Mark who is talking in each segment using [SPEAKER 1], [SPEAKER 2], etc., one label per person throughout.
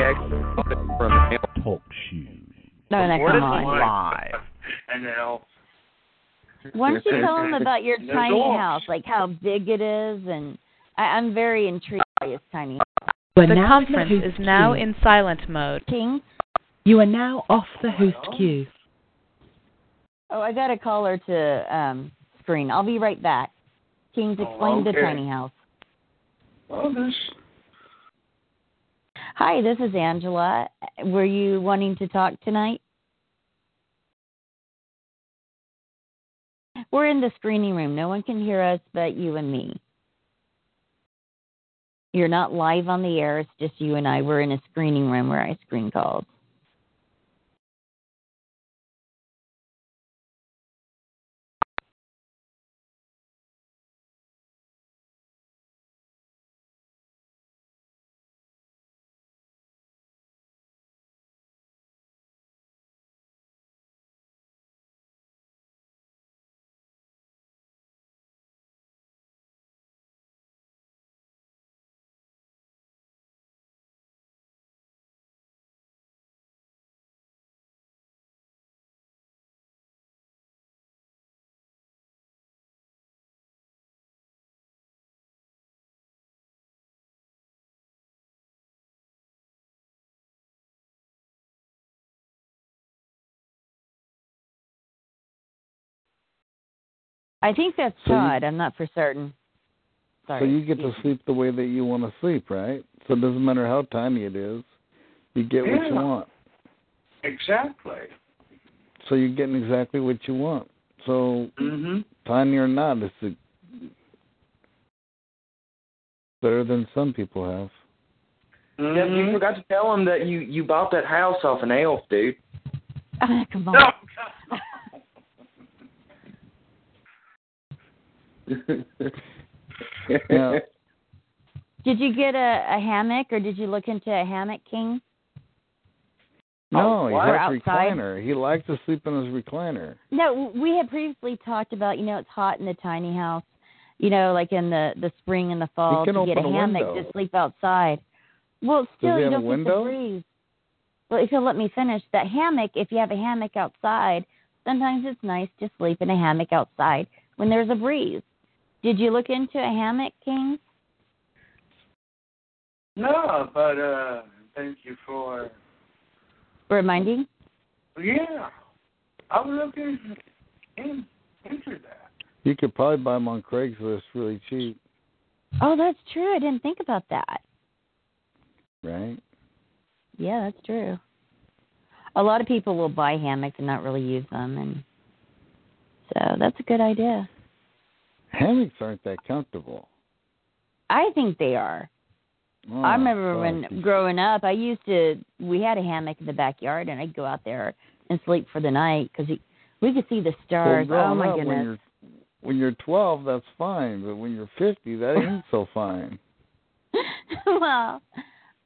[SPEAKER 1] from Talk Shoes.
[SPEAKER 2] No, no,
[SPEAKER 3] Where's
[SPEAKER 2] come
[SPEAKER 3] the
[SPEAKER 2] on.
[SPEAKER 3] line?
[SPEAKER 1] Live.
[SPEAKER 3] And now,
[SPEAKER 2] Why don't you tell them about your
[SPEAKER 3] No
[SPEAKER 2] tiny
[SPEAKER 3] dogs.
[SPEAKER 2] house, like how big it is, and I, I'm very intrigued by his tiny house.
[SPEAKER 4] You are
[SPEAKER 5] The
[SPEAKER 4] now off the
[SPEAKER 5] conference
[SPEAKER 4] host
[SPEAKER 5] is now
[SPEAKER 4] queue.
[SPEAKER 5] in silent mode.
[SPEAKER 2] King?
[SPEAKER 4] You are now off the host queue.
[SPEAKER 2] Oh, I got a caller to um, screen. I'll be right back. King's
[SPEAKER 3] Oh,
[SPEAKER 2] explained the
[SPEAKER 3] okay.
[SPEAKER 2] tiny house.
[SPEAKER 3] well, oh, this,
[SPEAKER 2] Hi, this is Angela. Were you wanting to talk tonight? We're in the screening room. No one can hear us but you and me. You're not live on the air. It's just you and I. We're in a screening room where I screen calls. I think that's
[SPEAKER 6] So you-
[SPEAKER 2] Todd. I'm not for certain. Sorry.
[SPEAKER 6] So you get to
[SPEAKER 2] excuse me.
[SPEAKER 6] sleep the way that you want to sleep, right? So it doesn't matter how tiny it is, you get what
[SPEAKER 3] Yeah.
[SPEAKER 6] you want.
[SPEAKER 3] exactly.
[SPEAKER 6] So you're getting exactly what you want. So
[SPEAKER 2] Mm-hmm.
[SPEAKER 3] hmm
[SPEAKER 6] tiny or not, it's a, better than some people have.
[SPEAKER 7] Yeah,
[SPEAKER 2] Mm-hmm.
[SPEAKER 7] you forgot to tell him that you you bought that house off an elf, dude.
[SPEAKER 2] Ah, come on.
[SPEAKER 3] No,
[SPEAKER 6] Now,
[SPEAKER 2] Did you get a, a hammock or did you look into a hammock, King?
[SPEAKER 6] no, he
[SPEAKER 2] what?
[SPEAKER 6] has a
[SPEAKER 2] Outside?
[SPEAKER 6] recliner. He likes to sleep in his recliner.
[SPEAKER 2] No, we had previously talked about you know it's hot in the tiny house, you know, like in the the spring and the fall
[SPEAKER 6] can
[SPEAKER 2] to get a
[SPEAKER 6] open a
[SPEAKER 2] hammock
[SPEAKER 6] window.
[SPEAKER 2] to sleep outside. Well, still
[SPEAKER 6] he
[SPEAKER 2] you
[SPEAKER 6] have a
[SPEAKER 2] don't get the
[SPEAKER 6] window?
[SPEAKER 2] breeze. Well, if you'll let me finish, that hammock. If you have a hammock outside, sometimes it's nice to sleep in a hammock outside when there's a breeze. Did you look into a hammock, King?
[SPEAKER 3] no, but uh, thank you for
[SPEAKER 2] Reminding.
[SPEAKER 3] yeah. I was looking in, into that.
[SPEAKER 6] You could probably buy them on Craigslist really cheap,
[SPEAKER 2] Oh, that's true. I didn't think about that.
[SPEAKER 6] right?
[SPEAKER 2] Yeah, that's true. A lot of people will buy hammocks and not really use them, and so that's a good idea.
[SPEAKER 6] Hammocks aren't that comfortable.
[SPEAKER 2] I think they are.
[SPEAKER 6] Oh,
[SPEAKER 2] I remember
[SPEAKER 6] fuck,
[SPEAKER 2] when
[SPEAKER 6] you
[SPEAKER 2] growing up, I used to. We had a hammock in the backyard, and I'd go out there and sleep for the night because we could see the
[SPEAKER 6] Well,
[SPEAKER 2] stars. oh
[SPEAKER 6] growing
[SPEAKER 2] my
[SPEAKER 6] up,
[SPEAKER 2] goodness!
[SPEAKER 6] When you're, when you're 12, that's fine, but when you're 50, that ain't so fine.
[SPEAKER 2] well,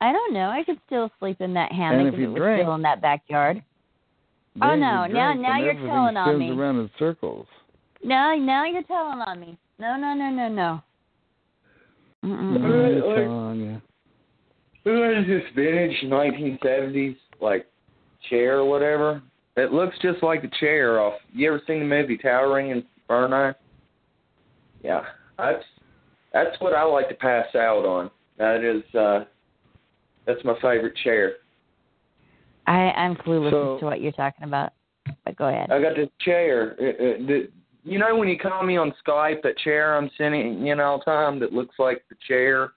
[SPEAKER 2] I don't know. I could still sleep in that hammock
[SPEAKER 6] And if you
[SPEAKER 2] it was
[SPEAKER 6] drink-
[SPEAKER 2] still in that backyard.
[SPEAKER 6] Then you
[SPEAKER 2] Oh, no, now-
[SPEAKER 6] drink
[SPEAKER 2] now
[SPEAKER 6] and
[SPEAKER 2] you're
[SPEAKER 6] everything
[SPEAKER 2] telling on
[SPEAKER 6] spins
[SPEAKER 2] me.
[SPEAKER 6] around in circles.
[SPEAKER 2] No, now you're telling on me. No, no, no, no, no. Mm-mm.
[SPEAKER 6] Yeah,
[SPEAKER 7] Like-
[SPEAKER 6] you're telling, yeah.
[SPEAKER 7] Who is this vintage 1970s like chair or whatever? It looks just like the chair off. You ever seen the movie Towering and Inferno? Yeah, that's that's what I like to pass out on. That is uh that's my favorite chair.
[SPEAKER 2] I, I'm clueless
[SPEAKER 6] So-
[SPEAKER 2] as to what you're talking about. But go ahead.
[SPEAKER 7] I got this chair. It, it, the, you know when you call me on Skype, that chair I'm sending in all the time that looks like the chair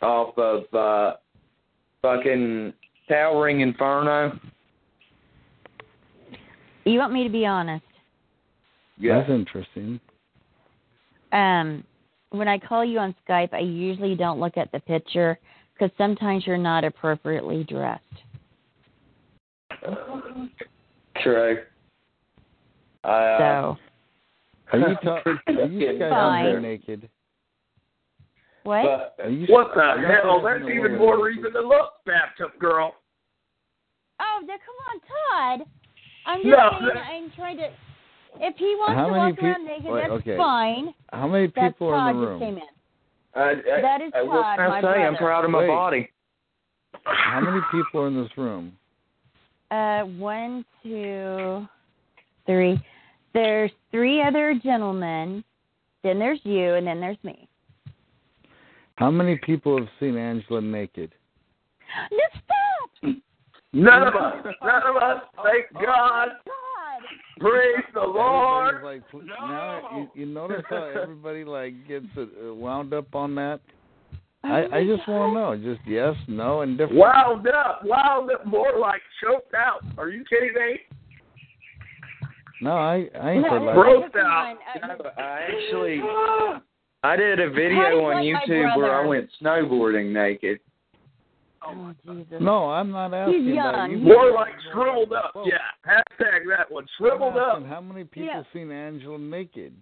[SPEAKER 7] off of uh, fucking Towering Inferno.
[SPEAKER 2] You want me to be honest?
[SPEAKER 6] That's interesting.
[SPEAKER 2] Um, when I call you on Skype, I usually don't look at the picture because sometimes you're not appropriately dressed.
[SPEAKER 7] True. I, uh,
[SPEAKER 2] So
[SPEAKER 6] Are you, ta- are you guys out there
[SPEAKER 2] Fine.
[SPEAKER 6] naked?
[SPEAKER 2] what?
[SPEAKER 7] but-
[SPEAKER 6] Are you-
[SPEAKER 3] What the
[SPEAKER 6] are you
[SPEAKER 3] hell?
[SPEAKER 6] guys
[SPEAKER 3] There's
[SPEAKER 6] in the
[SPEAKER 3] even
[SPEAKER 6] water
[SPEAKER 3] more
[SPEAKER 6] naked?
[SPEAKER 3] reason to look, bapped up girl.
[SPEAKER 2] oh, now come on, Todd. I'm just
[SPEAKER 3] No,
[SPEAKER 2] saying.
[SPEAKER 3] that-
[SPEAKER 2] I'm trying to. If he wants
[SPEAKER 6] How
[SPEAKER 2] to
[SPEAKER 6] many
[SPEAKER 2] walk
[SPEAKER 6] peo-
[SPEAKER 2] around naked,
[SPEAKER 6] wait,
[SPEAKER 2] that's
[SPEAKER 6] okay.
[SPEAKER 2] fine.
[SPEAKER 6] How many
[SPEAKER 2] That's
[SPEAKER 6] people are
[SPEAKER 2] Todd
[SPEAKER 6] in the
[SPEAKER 2] just came
[SPEAKER 6] room?
[SPEAKER 2] in.
[SPEAKER 7] I, I,
[SPEAKER 2] That is
[SPEAKER 7] I, what
[SPEAKER 2] Todd,
[SPEAKER 7] can I
[SPEAKER 2] my
[SPEAKER 7] say? I'm
[SPEAKER 2] brother.
[SPEAKER 7] proud of my
[SPEAKER 6] Wait.
[SPEAKER 7] body.
[SPEAKER 6] How many people are in this room?
[SPEAKER 2] Uh, one, two, three. There's three other gentlemen. Then there's you, and then there's me.
[SPEAKER 6] How many people have seen Angela naked?
[SPEAKER 2] No, stop!
[SPEAKER 3] None of us. None of us. Thank God.
[SPEAKER 2] God,
[SPEAKER 3] Praise the
[SPEAKER 6] Everybody's
[SPEAKER 3] Lord.
[SPEAKER 6] Like, pl- Now you, you notice how everybody like gets uh, wound up on that.
[SPEAKER 2] Oh my
[SPEAKER 6] I, I just want to
[SPEAKER 2] God.
[SPEAKER 6] know, just yes, no, and different.
[SPEAKER 3] Wound up. Wound up. More like choked out. Are you kidding me?
[SPEAKER 6] No, I I ain't
[SPEAKER 2] No,
[SPEAKER 6] said
[SPEAKER 2] no,
[SPEAKER 6] like.
[SPEAKER 3] Grossed
[SPEAKER 2] come
[SPEAKER 3] out.
[SPEAKER 2] on. Uh,
[SPEAKER 7] I actually I did a video
[SPEAKER 2] Todd's
[SPEAKER 7] on
[SPEAKER 2] like my
[SPEAKER 7] YouTube where I
[SPEAKER 2] brother.
[SPEAKER 7] went snowboarding naked.
[SPEAKER 2] Oh, Jesus.
[SPEAKER 6] No, I'm not asking.
[SPEAKER 2] young.
[SPEAKER 6] That. You-
[SPEAKER 3] More like shriveled up.
[SPEAKER 6] Oh,
[SPEAKER 3] Yeah. Hashtag that one.
[SPEAKER 6] I'm
[SPEAKER 3] Shriveled up.
[SPEAKER 6] asking How many people
[SPEAKER 2] Yeah.
[SPEAKER 6] seen Angela naked?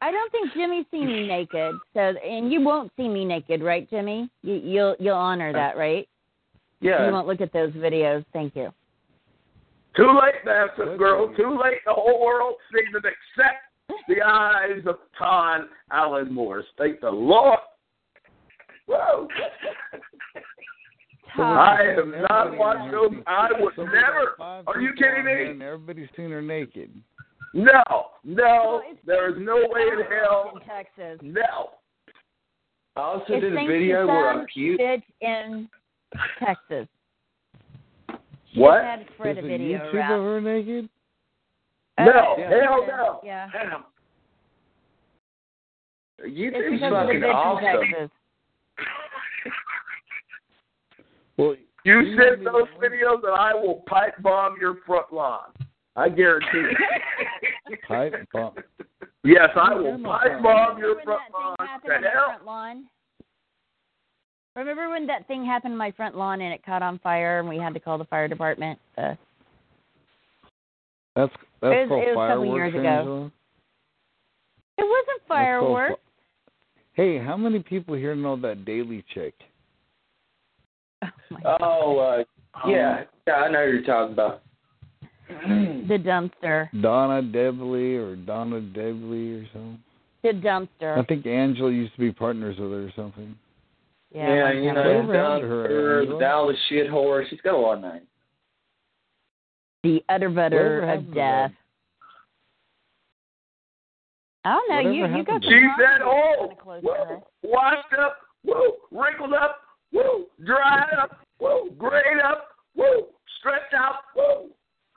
[SPEAKER 2] I don't think Jimmy's seen me naked. So, and you won't see me naked, right, Jimmy? You, you'll you'll honor that, right? You
[SPEAKER 7] Yeah.
[SPEAKER 2] won't look at those videos. Thank you.
[SPEAKER 3] Too late, Baptist girl. Too late. The whole world seemed to accept the eyes of Todd Allen Morris. Thank the Lord. Whoa.
[SPEAKER 2] Todd,
[SPEAKER 3] I have not watched those. I would
[SPEAKER 6] Somebody
[SPEAKER 3] never.
[SPEAKER 6] got five
[SPEAKER 3] Are you
[SPEAKER 6] people
[SPEAKER 3] kidding
[SPEAKER 6] on there
[SPEAKER 3] me?
[SPEAKER 6] And everybody's seen her naked.
[SPEAKER 3] No. No. There is no way in hell.
[SPEAKER 2] in Texas.
[SPEAKER 3] No.
[SPEAKER 7] I also
[SPEAKER 2] It's
[SPEAKER 7] did a
[SPEAKER 2] thanks to
[SPEAKER 7] video where I
[SPEAKER 2] some
[SPEAKER 7] puked.
[SPEAKER 2] bitch in Texas. She
[SPEAKER 3] What?
[SPEAKER 2] Had to spread a
[SPEAKER 6] Is it
[SPEAKER 2] video
[SPEAKER 6] YouTube
[SPEAKER 2] around.
[SPEAKER 6] of her naked?
[SPEAKER 3] No.
[SPEAKER 2] Yeah.
[SPEAKER 3] Hell no.
[SPEAKER 2] Yeah.
[SPEAKER 3] Damn.
[SPEAKER 2] It's
[SPEAKER 7] YouTube's
[SPEAKER 2] because of the
[SPEAKER 7] fucking
[SPEAKER 2] bitch in
[SPEAKER 7] awesome.
[SPEAKER 2] Texas.
[SPEAKER 6] Well,
[SPEAKER 3] You send those videos and I will pipe bomb your front lawn. I guarantee it.
[SPEAKER 6] pipe bomb. uh,
[SPEAKER 3] Yes, I will
[SPEAKER 6] Remember
[SPEAKER 3] pipe
[SPEAKER 6] that.
[SPEAKER 3] bomb your
[SPEAKER 2] Remember when
[SPEAKER 3] front
[SPEAKER 2] that
[SPEAKER 3] lawn.
[SPEAKER 2] thing happened
[SPEAKER 3] The
[SPEAKER 2] on my
[SPEAKER 3] hell?
[SPEAKER 2] front lawn? Remember when that thing happened on my front lawn and it caught on fire and we had to call the fire department? The
[SPEAKER 6] That's that's
[SPEAKER 2] It was-
[SPEAKER 6] called
[SPEAKER 2] it was a couple
[SPEAKER 6] fireworks,
[SPEAKER 2] years ago.
[SPEAKER 6] Angela.
[SPEAKER 2] it wasn't
[SPEAKER 6] That's called
[SPEAKER 2] fireworks.
[SPEAKER 6] fi- hey, how many people here know that Daily Chick?
[SPEAKER 2] Oh my
[SPEAKER 7] Oh, uh,
[SPEAKER 3] Um,
[SPEAKER 7] yeah. Yeah, I know what you're talking about.
[SPEAKER 2] The dumpster.
[SPEAKER 6] Donna Debley or Donna Debley or something.
[SPEAKER 2] The
[SPEAKER 6] I
[SPEAKER 2] dumpster.
[SPEAKER 6] think Angela used to be partners with her or something.
[SPEAKER 2] Yeah.
[SPEAKER 7] Yeah,
[SPEAKER 2] like
[SPEAKER 7] you
[SPEAKER 2] that.
[SPEAKER 7] know,
[SPEAKER 6] Whatever happened to her,
[SPEAKER 7] her,
[SPEAKER 6] Angela?
[SPEAKER 7] the Dallas shit whore. She's got a lot of names.
[SPEAKER 2] The utter butter
[SPEAKER 6] Whatever
[SPEAKER 2] of
[SPEAKER 6] happened to
[SPEAKER 2] death. I don't know.
[SPEAKER 6] Whatever
[SPEAKER 2] Oh, you you go
[SPEAKER 6] happened to
[SPEAKER 3] She's
[SPEAKER 2] too long
[SPEAKER 3] that
[SPEAKER 2] to
[SPEAKER 3] old.
[SPEAKER 2] kinda close to her.
[SPEAKER 3] Woo, "Oh, washed up. Woo, wrinkled up. Woo, dried up. Woo, grayed up. Woo, stretched out. Woo.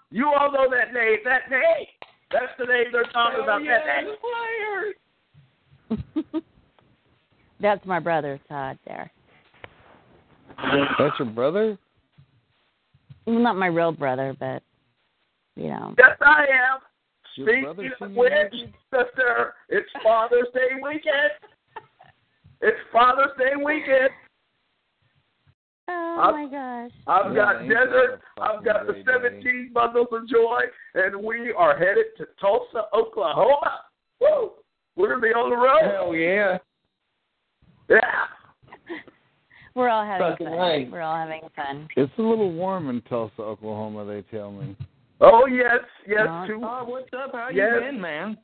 [SPEAKER 3] You all know that name. That name. That's the name they're talking about. That name.
[SPEAKER 2] That's my brother Todd there.
[SPEAKER 6] That's your brother?
[SPEAKER 2] Well, not my real brother, but you know.
[SPEAKER 3] Yes, I am.
[SPEAKER 6] Your brother
[SPEAKER 3] Speaking of
[SPEAKER 6] seen you
[SPEAKER 3] which,
[SPEAKER 6] naked?
[SPEAKER 3] sister, it's Father's Day weekend. It's Father's Day weekend.
[SPEAKER 2] Oh
[SPEAKER 3] I've-
[SPEAKER 2] my gosh.
[SPEAKER 3] I've
[SPEAKER 6] Yeah,
[SPEAKER 3] got
[SPEAKER 6] ain't that
[SPEAKER 3] desert.
[SPEAKER 6] a
[SPEAKER 3] I've got the
[SPEAKER 6] fucking great day.
[SPEAKER 3] 17 bundles of joy, and we are headed to Tulsa, Oklahoma. Woo! We're gonna be on the road.
[SPEAKER 7] Hell yeah.
[SPEAKER 3] Yeah.
[SPEAKER 2] We're all having
[SPEAKER 7] Fucking
[SPEAKER 2] fun.
[SPEAKER 7] right.
[SPEAKER 2] We're all having fun.
[SPEAKER 6] It's a little warm in Tulsa, Oklahoma. They tell me.
[SPEAKER 3] Oh yes, yes. Two.
[SPEAKER 7] Oh, what's up? How
[SPEAKER 3] Yes.
[SPEAKER 7] you been, man?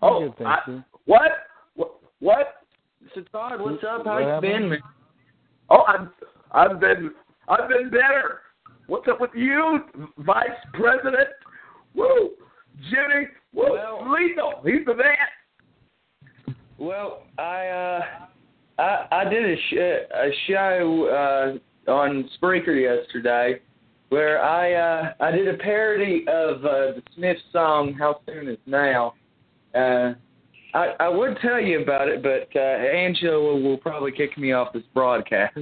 [SPEAKER 3] Oh,
[SPEAKER 6] Good, thank
[SPEAKER 3] I-
[SPEAKER 6] you.
[SPEAKER 3] what? What? What?
[SPEAKER 7] So Todd, what's up?
[SPEAKER 6] What
[SPEAKER 7] How you
[SPEAKER 6] happened?
[SPEAKER 7] been, man?
[SPEAKER 3] Oh, I've I've been I've been better. What's up with you, Vice President? Woo! Jimmy. Woo!
[SPEAKER 7] Well-
[SPEAKER 3] Lethal. He's the man.
[SPEAKER 7] Well, I uh, I I did a, sh- a show uh, on Spreaker yesterday where I uh, I did a parody of uh, the Smith song "How Soon Is Now." Uh, I I would tell you about it, but uh, Angela will probably kick me off this broadcast.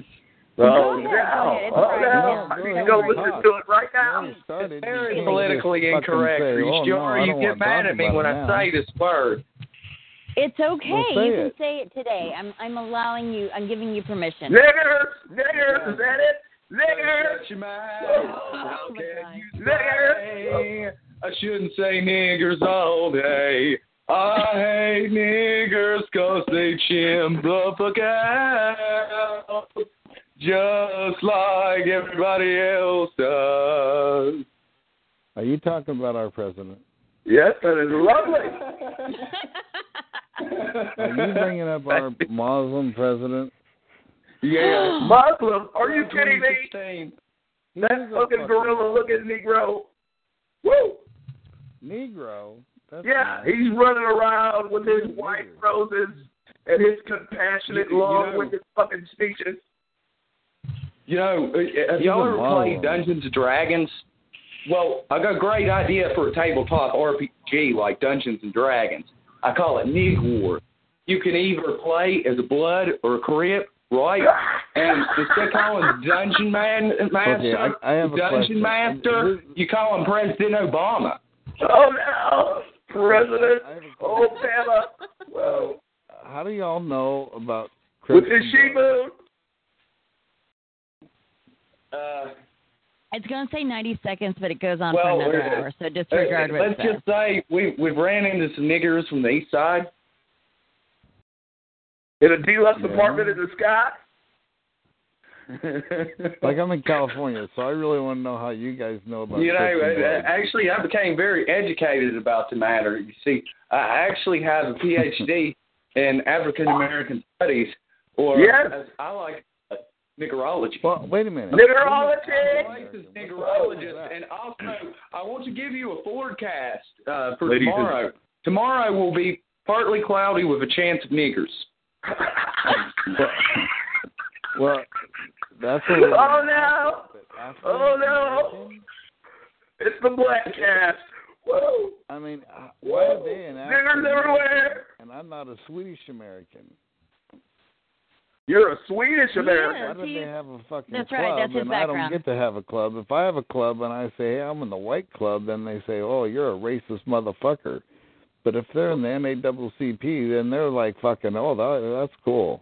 [SPEAKER 2] Go ahead, go
[SPEAKER 3] no.
[SPEAKER 2] ahead. It's
[SPEAKER 3] Oh,
[SPEAKER 2] Friday
[SPEAKER 3] no. I
[SPEAKER 6] now.
[SPEAKER 3] need to go
[SPEAKER 7] oh
[SPEAKER 6] Go
[SPEAKER 3] listen
[SPEAKER 6] ahead.
[SPEAKER 3] to it right now.
[SPEAKER 6] When you started, you
[SPEAKER 7] It's very
[SPEAKER 6] can't
[SPEAKER 7] politically
[SPEAKER 6] just fucking
[SPEAKER 7] incorrect.
[SPEAKER 6] Say,
[SPEAKER 7] Are you
[SPEAKER 6] oh,
[SPEAKER 7] sure
[SPEAKER 6] no, I
[SPEAKER 7] you
[SPEAKER 6] don't
[SPEAKER 7] get
[SPEAKER 6] wanna
[SPEAKER 7] mad
[SPEAKER 6] talk
[SPEAKER 7] at me
[SPEAKER 6] about
[SPEAKER 7] when
[SPEAKER 6] it
[SPEAKER 7] I
[SPEAKER 6] now."
[SPEAKER 7] say this word?
[SPEAKER 2] It's okay.
[SPEAKER 6] Well, say
[SPEAKER 2] you can
[SPEAKER 6] it.
[SPEAKER 2] say it today. I'm I'm allowing you. I'm giving you permission.
[SPEAKER 3] Niggers, niggers, is that it? Niggers.
[SPEAKER 7] Shut your mouth.
[SPEAKER 2] Oh,
[SPEAKER 7] How
[SPEAKER 2] my
[SPEAKER 7] can you
[SPEAKER 3] Nigger.
[SPEAKER 7] say I shouldn't say niggers all day. I hate niggers 'cause they chim the fuck out. Just like everybody else does.
[SPEAKER 6] Are you talking about our president?
[SPEAKER 3] Yes, that is lovely.
[SPEAKER 6] Are you bringing up our Muslim president?
[SPEAKER 7] yeah.
[SPEAKER 3] Muslim, are you kidding me?
[SPEAKER 7] 2016.
[SPEAKER 6] He
[SPEAKER 3] That
[SPEAKER 6] is a
[SPEAKER 3] fucking gorilla looking Negro. Woo!
[SPEAKER 6] Negro. That's
[SPEAKER 3] Yeah,
[SPEAKER 6] nice.
[SPEAKER 3] he's running around with his white roses and his compassionate,
[SPEAKER 7] You- you
[SPEAKER 3] long winded fucking speeches.
[SPEAKER 7] You know, uh, have
[SPEAKER 6] He's
[SPEAKER 7] y'all
[SPEAKER 6] a
[SPEAKER 7] ever
[SPEAKER 6] model.
[SPEAKER 7] played Dungeons and Dragons? Well, I got a great idea for a tabletop RPG like Dungeons and Dragons. I call it Nig War. You can either play as a blood or a crip, right? And instead of calling Dungeon Man uh, Master,
[SPEAKER 6] I- I have a
[SPEAKER 7] Dungeon
[SPEAKER 6] question.
[SPEAKER 7] Master, you call him President Obama.
[SPEAKER 3] Oh, no! President
[SPEAKER 6] I have a question.
[SPEAKER 3] Obama. Whoa.
[SPEAKER 6] How do y'all know about
[SPEAKER 3] With
[SPEAKER 6] Christian
[SPEAKER 3] his she
[SPEAKER 6] blood?
[SPEAKER 3] moon.
[SPEAKER 7] Uh,
[SPEAKER 2] It's going to say 90 seconds, but it goes on
[SPEAKER 7] Well,
[SPEAKER 2] for another
[SPEAKER 7] we're-
[SPEAKER 2] hour. So disregard what's
[SPEAKER 7] Uh, let's just say we we ran into some niggers from the east side.
[SPEAKER 3] In a deluxe
[SPEAKER 6] Yeah.
[SPEAKER 3] apartment in the sky.
[SPEAKER 6] Like I'm in California, so I really want to know how you guys know about
[SPEAKER 7] You know,
[SPEAKER 6] Christian
[SPEAKER 7] uh,
[SPEAKER 6] blood.
[SPEAKER 7] actually, I became very educated about the matter. You see, I actually have a PhD in African American studies, or
[SPEAKER 3] Yes.
[SPEAKER 7] as I like uh, Niggerology.
[SPEAKER 6] well, wait a minute.
[SPEAKER 7] I'm a
[SPEAKER 3] Niggerology.
[SPEAKER 7] licensed niggerologist, and also I want to give you a forecast uh, for
[SPEAKER 3] Ladies and-
[SPEAKER 7] tomorrow. tomorrow will be partly cloudy with a chance of niggers.
[SPEAKER 6] Well, that's what we're
[SPEAKER 3] Oh, no! Oh, no.
[SPEAKER 6] African-American?
[SPEAKER 3] It's the black cast. Whoa.
[SPEAKER 6] I mean, uh, why are they in
[SPEAKER 3] Niggers everywhere.
[SPEAKER 6] And I'm not a Swedish American.
[SPEAKER 3] You're a Swedish American.
[SPEAKER 6] Why
[SPEAKER 2] Yes,
[SPEAKER 6] do
[SPEAKER 2] he-
[SPEAKER 6] they have a fucking
[SPEAKER 2] that's
[SPEAKER 6] club
[SPEAKER 2] right, that's his
[SPEAKER 6] and I
[SPEAKER 2] background.
[SPEAKER 6] don't get to have a club? If I have a club and I say, hey, I'm in the white club, then they say, oh, you're a racist motherfucker. But if they're in the NAACP, then they're like fucking, oh, that, that's cool.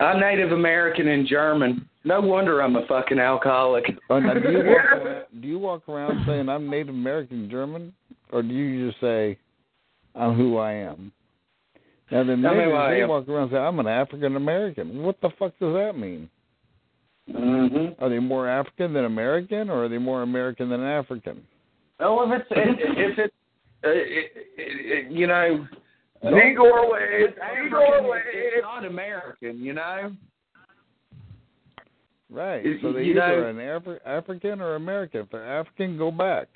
[SPEAKER 7] I'm Native American and German. No wonder I'm a fucking alcoholic.
[SPEAKER 6] Oh, now, do, you walk around, do you walk around saying I'm Native American German, or do you just say I'm who I am? Now the
[SPEAKER 7] who I
[SPEAKER 6] natives they
[SPEAKER 7] am.
[SPEAKER 6] walk around and say I'm an African American. What the fuck does that mean?
[SPEAKER 7] Mm-hmm.
[SPEAKER 6] Are they more African than American, or are they more American than African?
[SPEAKER 7] Well, if it's if it's uh, it, it, it, you know,
[SPEAKER 3] Negro waves.
[SPEAKER 7] it's
[SPEAKER 3] Negro
[SPEAKER 7] African, it's
[SPEAKER 3] waves.
[SPEAKER 7] not American, you know.
[SPEAKER 6] Right.
[SPEAKER 7] It-
[SPEAKER 6] So they
[SPEAKER 7] you
[SPEAKER 6] either
[SPEAKER 7] know-
[SPEAKER 6] are an Afri- African or American. If they're African, go back.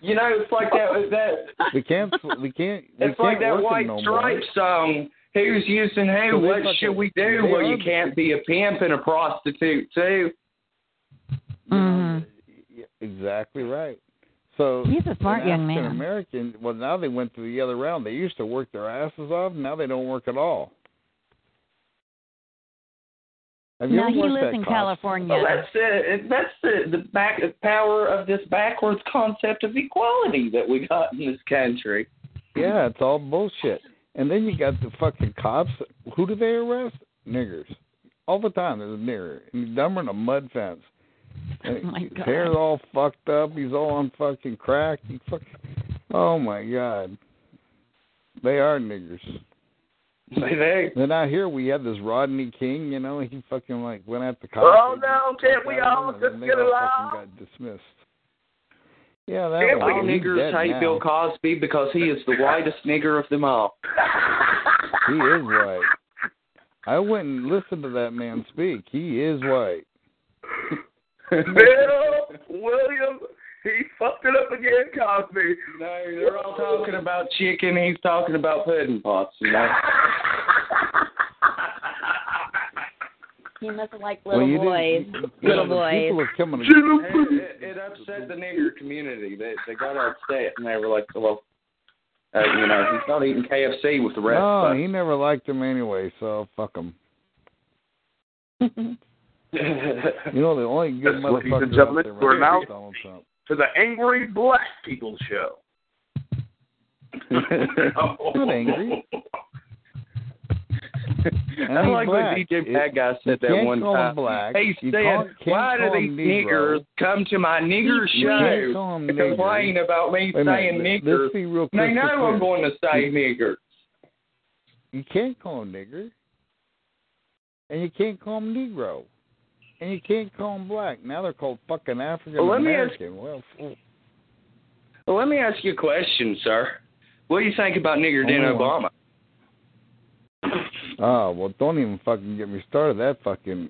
[SPEAKER 7] You know, it's like that that
[SPEAKER 6] We can't. we can't. We
[SPEAKER 7] it's
[SPEAKER 6] can't
[SPEAKER 7] like that
[SPEAKER 6] work 'em
[SPEAKER 7] white
[SPEAKER 6] no more.
[SPEAKER 7] stripes song. Who's using who?
[SPEAKER 6] So they
[SPEAKER 7] what
[SPEAKER 6] fucking-
[SPEAKER 7] should we
[SPEAKER 6] they
[SPEAKER 7] do? Well,
[SPEAKER 6] are-
[SPEAKER 7] you can't be a pimp and a prostitute too.
[SPEAKER 2] Mhm.
[SPEAKER 6] Yeah, Exactly right. So
[SPEAKER 2] He's a smart young man.
[SPEAKER 6] African American. Well, now they went to the other round. They used to work their asses off. Now they don't work at all. Have you
[SPEAKER 2] Now
[SPEAKER 6] ever
[SPEAKER 2] he
[SPEAKER 6] watched
[SPEAKER 2] lives
[SPEAKER 6] that Oh,
[SPEAKER 2] in
[SPEAKER 6] Cops?
[SPEAKER 2] California.
[SPEAKER 7] Well, that's the that's the the back the power of this backwards concept of equality that we got in this country.
[SPEAKER 6] Yeah, it's all bullshit. And then you got the fucking cops. Who do they arrest? Niggers. All the time there's a nigger. And he's dumber than a mud fence.
[SPEAKER 2] Oh, my
[SPEAKER 6] His
[SPEAKER 2] God.
[SPEAKER 6] hair's all fucked up. He's all on fucking crack. He fuck. Oh my god. They are niggers.
[SPEAKER 7] They-
[SPEAKER 6] Then out here we have this Rodney King. You know, he fucking like went at the cops.
[SPEAKER 3] Oh, no. Can't we
[SPEAKER 6] And
[SPEAKER 3] all
[SPEAKER 6] then
[SPEAKER 3] just
[SPEAKER 6] they
[SPEAKER 3] get
[SPEAKER 6] all
[SPEAKER 3] along?
[SPEAKER 6] fucking Got dismissed. Yeah, that
[SPEAKER 3] Can't
[SPEAKER 6] one.
[SPEAKER 7] All
[SPEAKER 6] He's
[SPEAKER 7] niggers
[SPEAKER 6] dead
[SPEAKER 7] hate
[SPEAKER 6] now.
[SPEAKER 7] Bill Cosby because he is the whitest nigger of them all.
[SPEAKER 6] He is white. I wouldn't listen to that man speak. He is white.
[SPEAKER 3] Bill, William, he fucked it up again, Cosby.
[SPEAKER 7] No, they're all talking about chicken. He's talking about pudding pots. You know?
[SPEAKER 2] He must like
[SPEAKER 6] Well,
[SPEAKER 2] little
[SPEAKER 6] you
[SPEAKER 2] boys.
[SPEAKER 6] didn't- you
[SPEAKER 2] Little
[SPEAKER 6] know,
[SPEAKER 2] boys.
[SPEAKER 6] People are coming.
[SPEAKER 7] it, it- it upset the nigger community. They they got upset and they were like, well, uh, you know, he's not eating KFC with the rest.
[SPEAKER 6] No,
[SPEAKER 7] of
[SPEAKER 6] he never liked him anyway, so fuck him.
[SPEAKER 7] us.
[SPEAKER 6] You know, the only good
[SPEAKER 3] Yes, ladies and
[SPEAKER 6] motherfucker
[SPEAKER 3] gentlemen,
[SPEAKER 6] out there
[SPEAKER 3] we're
[SPEAKER 6] right now
[SPEAKER 3] now-
[SPEAKER 6] is Donald Trump.
[SPEAKER 3] To the Angry Black People Show.
[SPEAKER 7] Oh.
[SPEAKER 6] Not angry.
[SPEAKER 7] I
[SPEAKER 6] he's
[SPEAKER 7] like
[SPEAKER 6] black.
[SPEAKER 7] what DJ
[SPEAKER 6] It-
[SPEAKER 7] Bad Guy said
[SPEAKER 6] you
[SPEAKER 7] that
[SPEAKER 6] can't
[SPEAKER 7] one
[SPEAKER 6] call
[SPEAKER 7] time.
[SPEAKER 6] Him black.
[SPEAKER 7] He
[SPEAKER 6] you
[SPEAKER 7] said,
[SPEAKER 6] can't, can't
[SPEAKER 7] "Why do
[SPEAKER 6] call
[SPEAKER 7] these
[SPEAKER 6] him Negro.
[SPEAKER 7] niggers come to my nigger
[SPEAKER 6] You can't
[SPEAKER 7] show
[SPEAKER 6] call him
[SPEAKER 7] to
[SPEAKER 6] nigger.
[SPEAKER 7] complain about me
[SPEAKER 6] Wait a
[SPEAKER 7] saying
[SPEAKER 6] minute, let-
[SPEAKER 7] niggers?
[SPEAKER 6] Let's be real
[SPEAKER 7] They know
[SPEAKER 6] crystal clear.
[SPEAKER 7] I'm going to say
[SPEAKER 6] You-
[SPEAKER 7] nigger.
[SPEAKER 6] You can't call him nigger, and you can't call him Negro, and you can't call him black. Now they're called fucking African
[SPEAKER 7] Well, let me ask-
[SPEAKER 6] American. Well, f-
[SPEAKER 7] Well, let me ask you a question, sir. What do you think about nigger Dan
[SPEAKER 6] Oh,
[SPEAKER 7] Obama?
[SPEAKER 6] oh well, don't even fucking get me started. That fucking.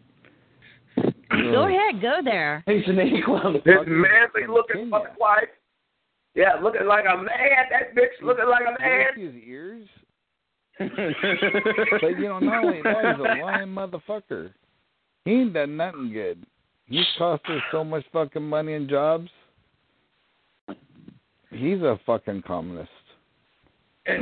[SPEAKER 2] Go ahead, go there.
[SPEAKER 7] He's an equal.
[SPEAKER 3] This
[SPEAKER 6] Fucking
[SPEAKER 3] manly looking
[SPEAKER 6] Kenya.
[SPEAKER 3] fucking wife. Yeah, looking like a man. That bitch looking like a
[SPEAKER 6] You
[SPEAKER 3] man.
[SPEAKER 6] see his ears.
[SPEAKER 7] but
[SPEAKER 6] But you know, not only that, he's a lying motherfucker. He ain't done nothing good. He's cost us so much fucking money and jobs. He's a fucking communist.
[SPEAKER 7] He's,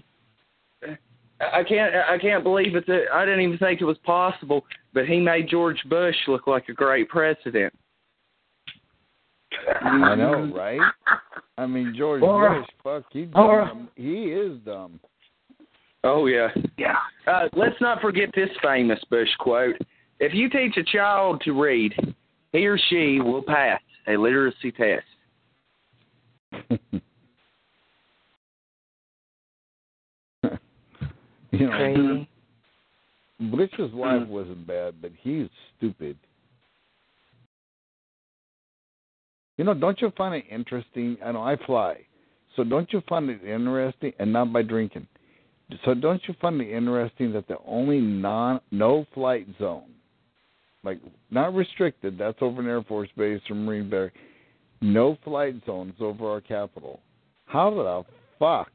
[SPEAKER 7] Uh-huh. I can't. I can't believe it. That I didn't even think it was possible. But he made George Bush look like a great president.
[SPEAKER 6] I know, right? I mean, George
[SPEAKER 3] Mm-hmm. Or-
[SPEAKER 6] Bush, fuck, he
[SPEAKER 3] or-
[SPEAKER 6] dumb. He is dumb.
[SPEAKER 7] Oh yeah.
[SPEAKER 3] Yeah.
[SPEAKER 7] Uh, let's not forget this famous Bush quote: "If you teach a child to read, he or she will pass a literacy test."
[SPEAKER 6] You know, Bush's wife wasn't bad, but he's stupid. You know, don't you find it interesting? I know I fly, so don't you find it interesting? And not by drinking. So don't you find it interesting that the only non no flight zone, like not restricted, that's over in Air Force Base or Marine Barracks no flight zones over our capital. How the fuck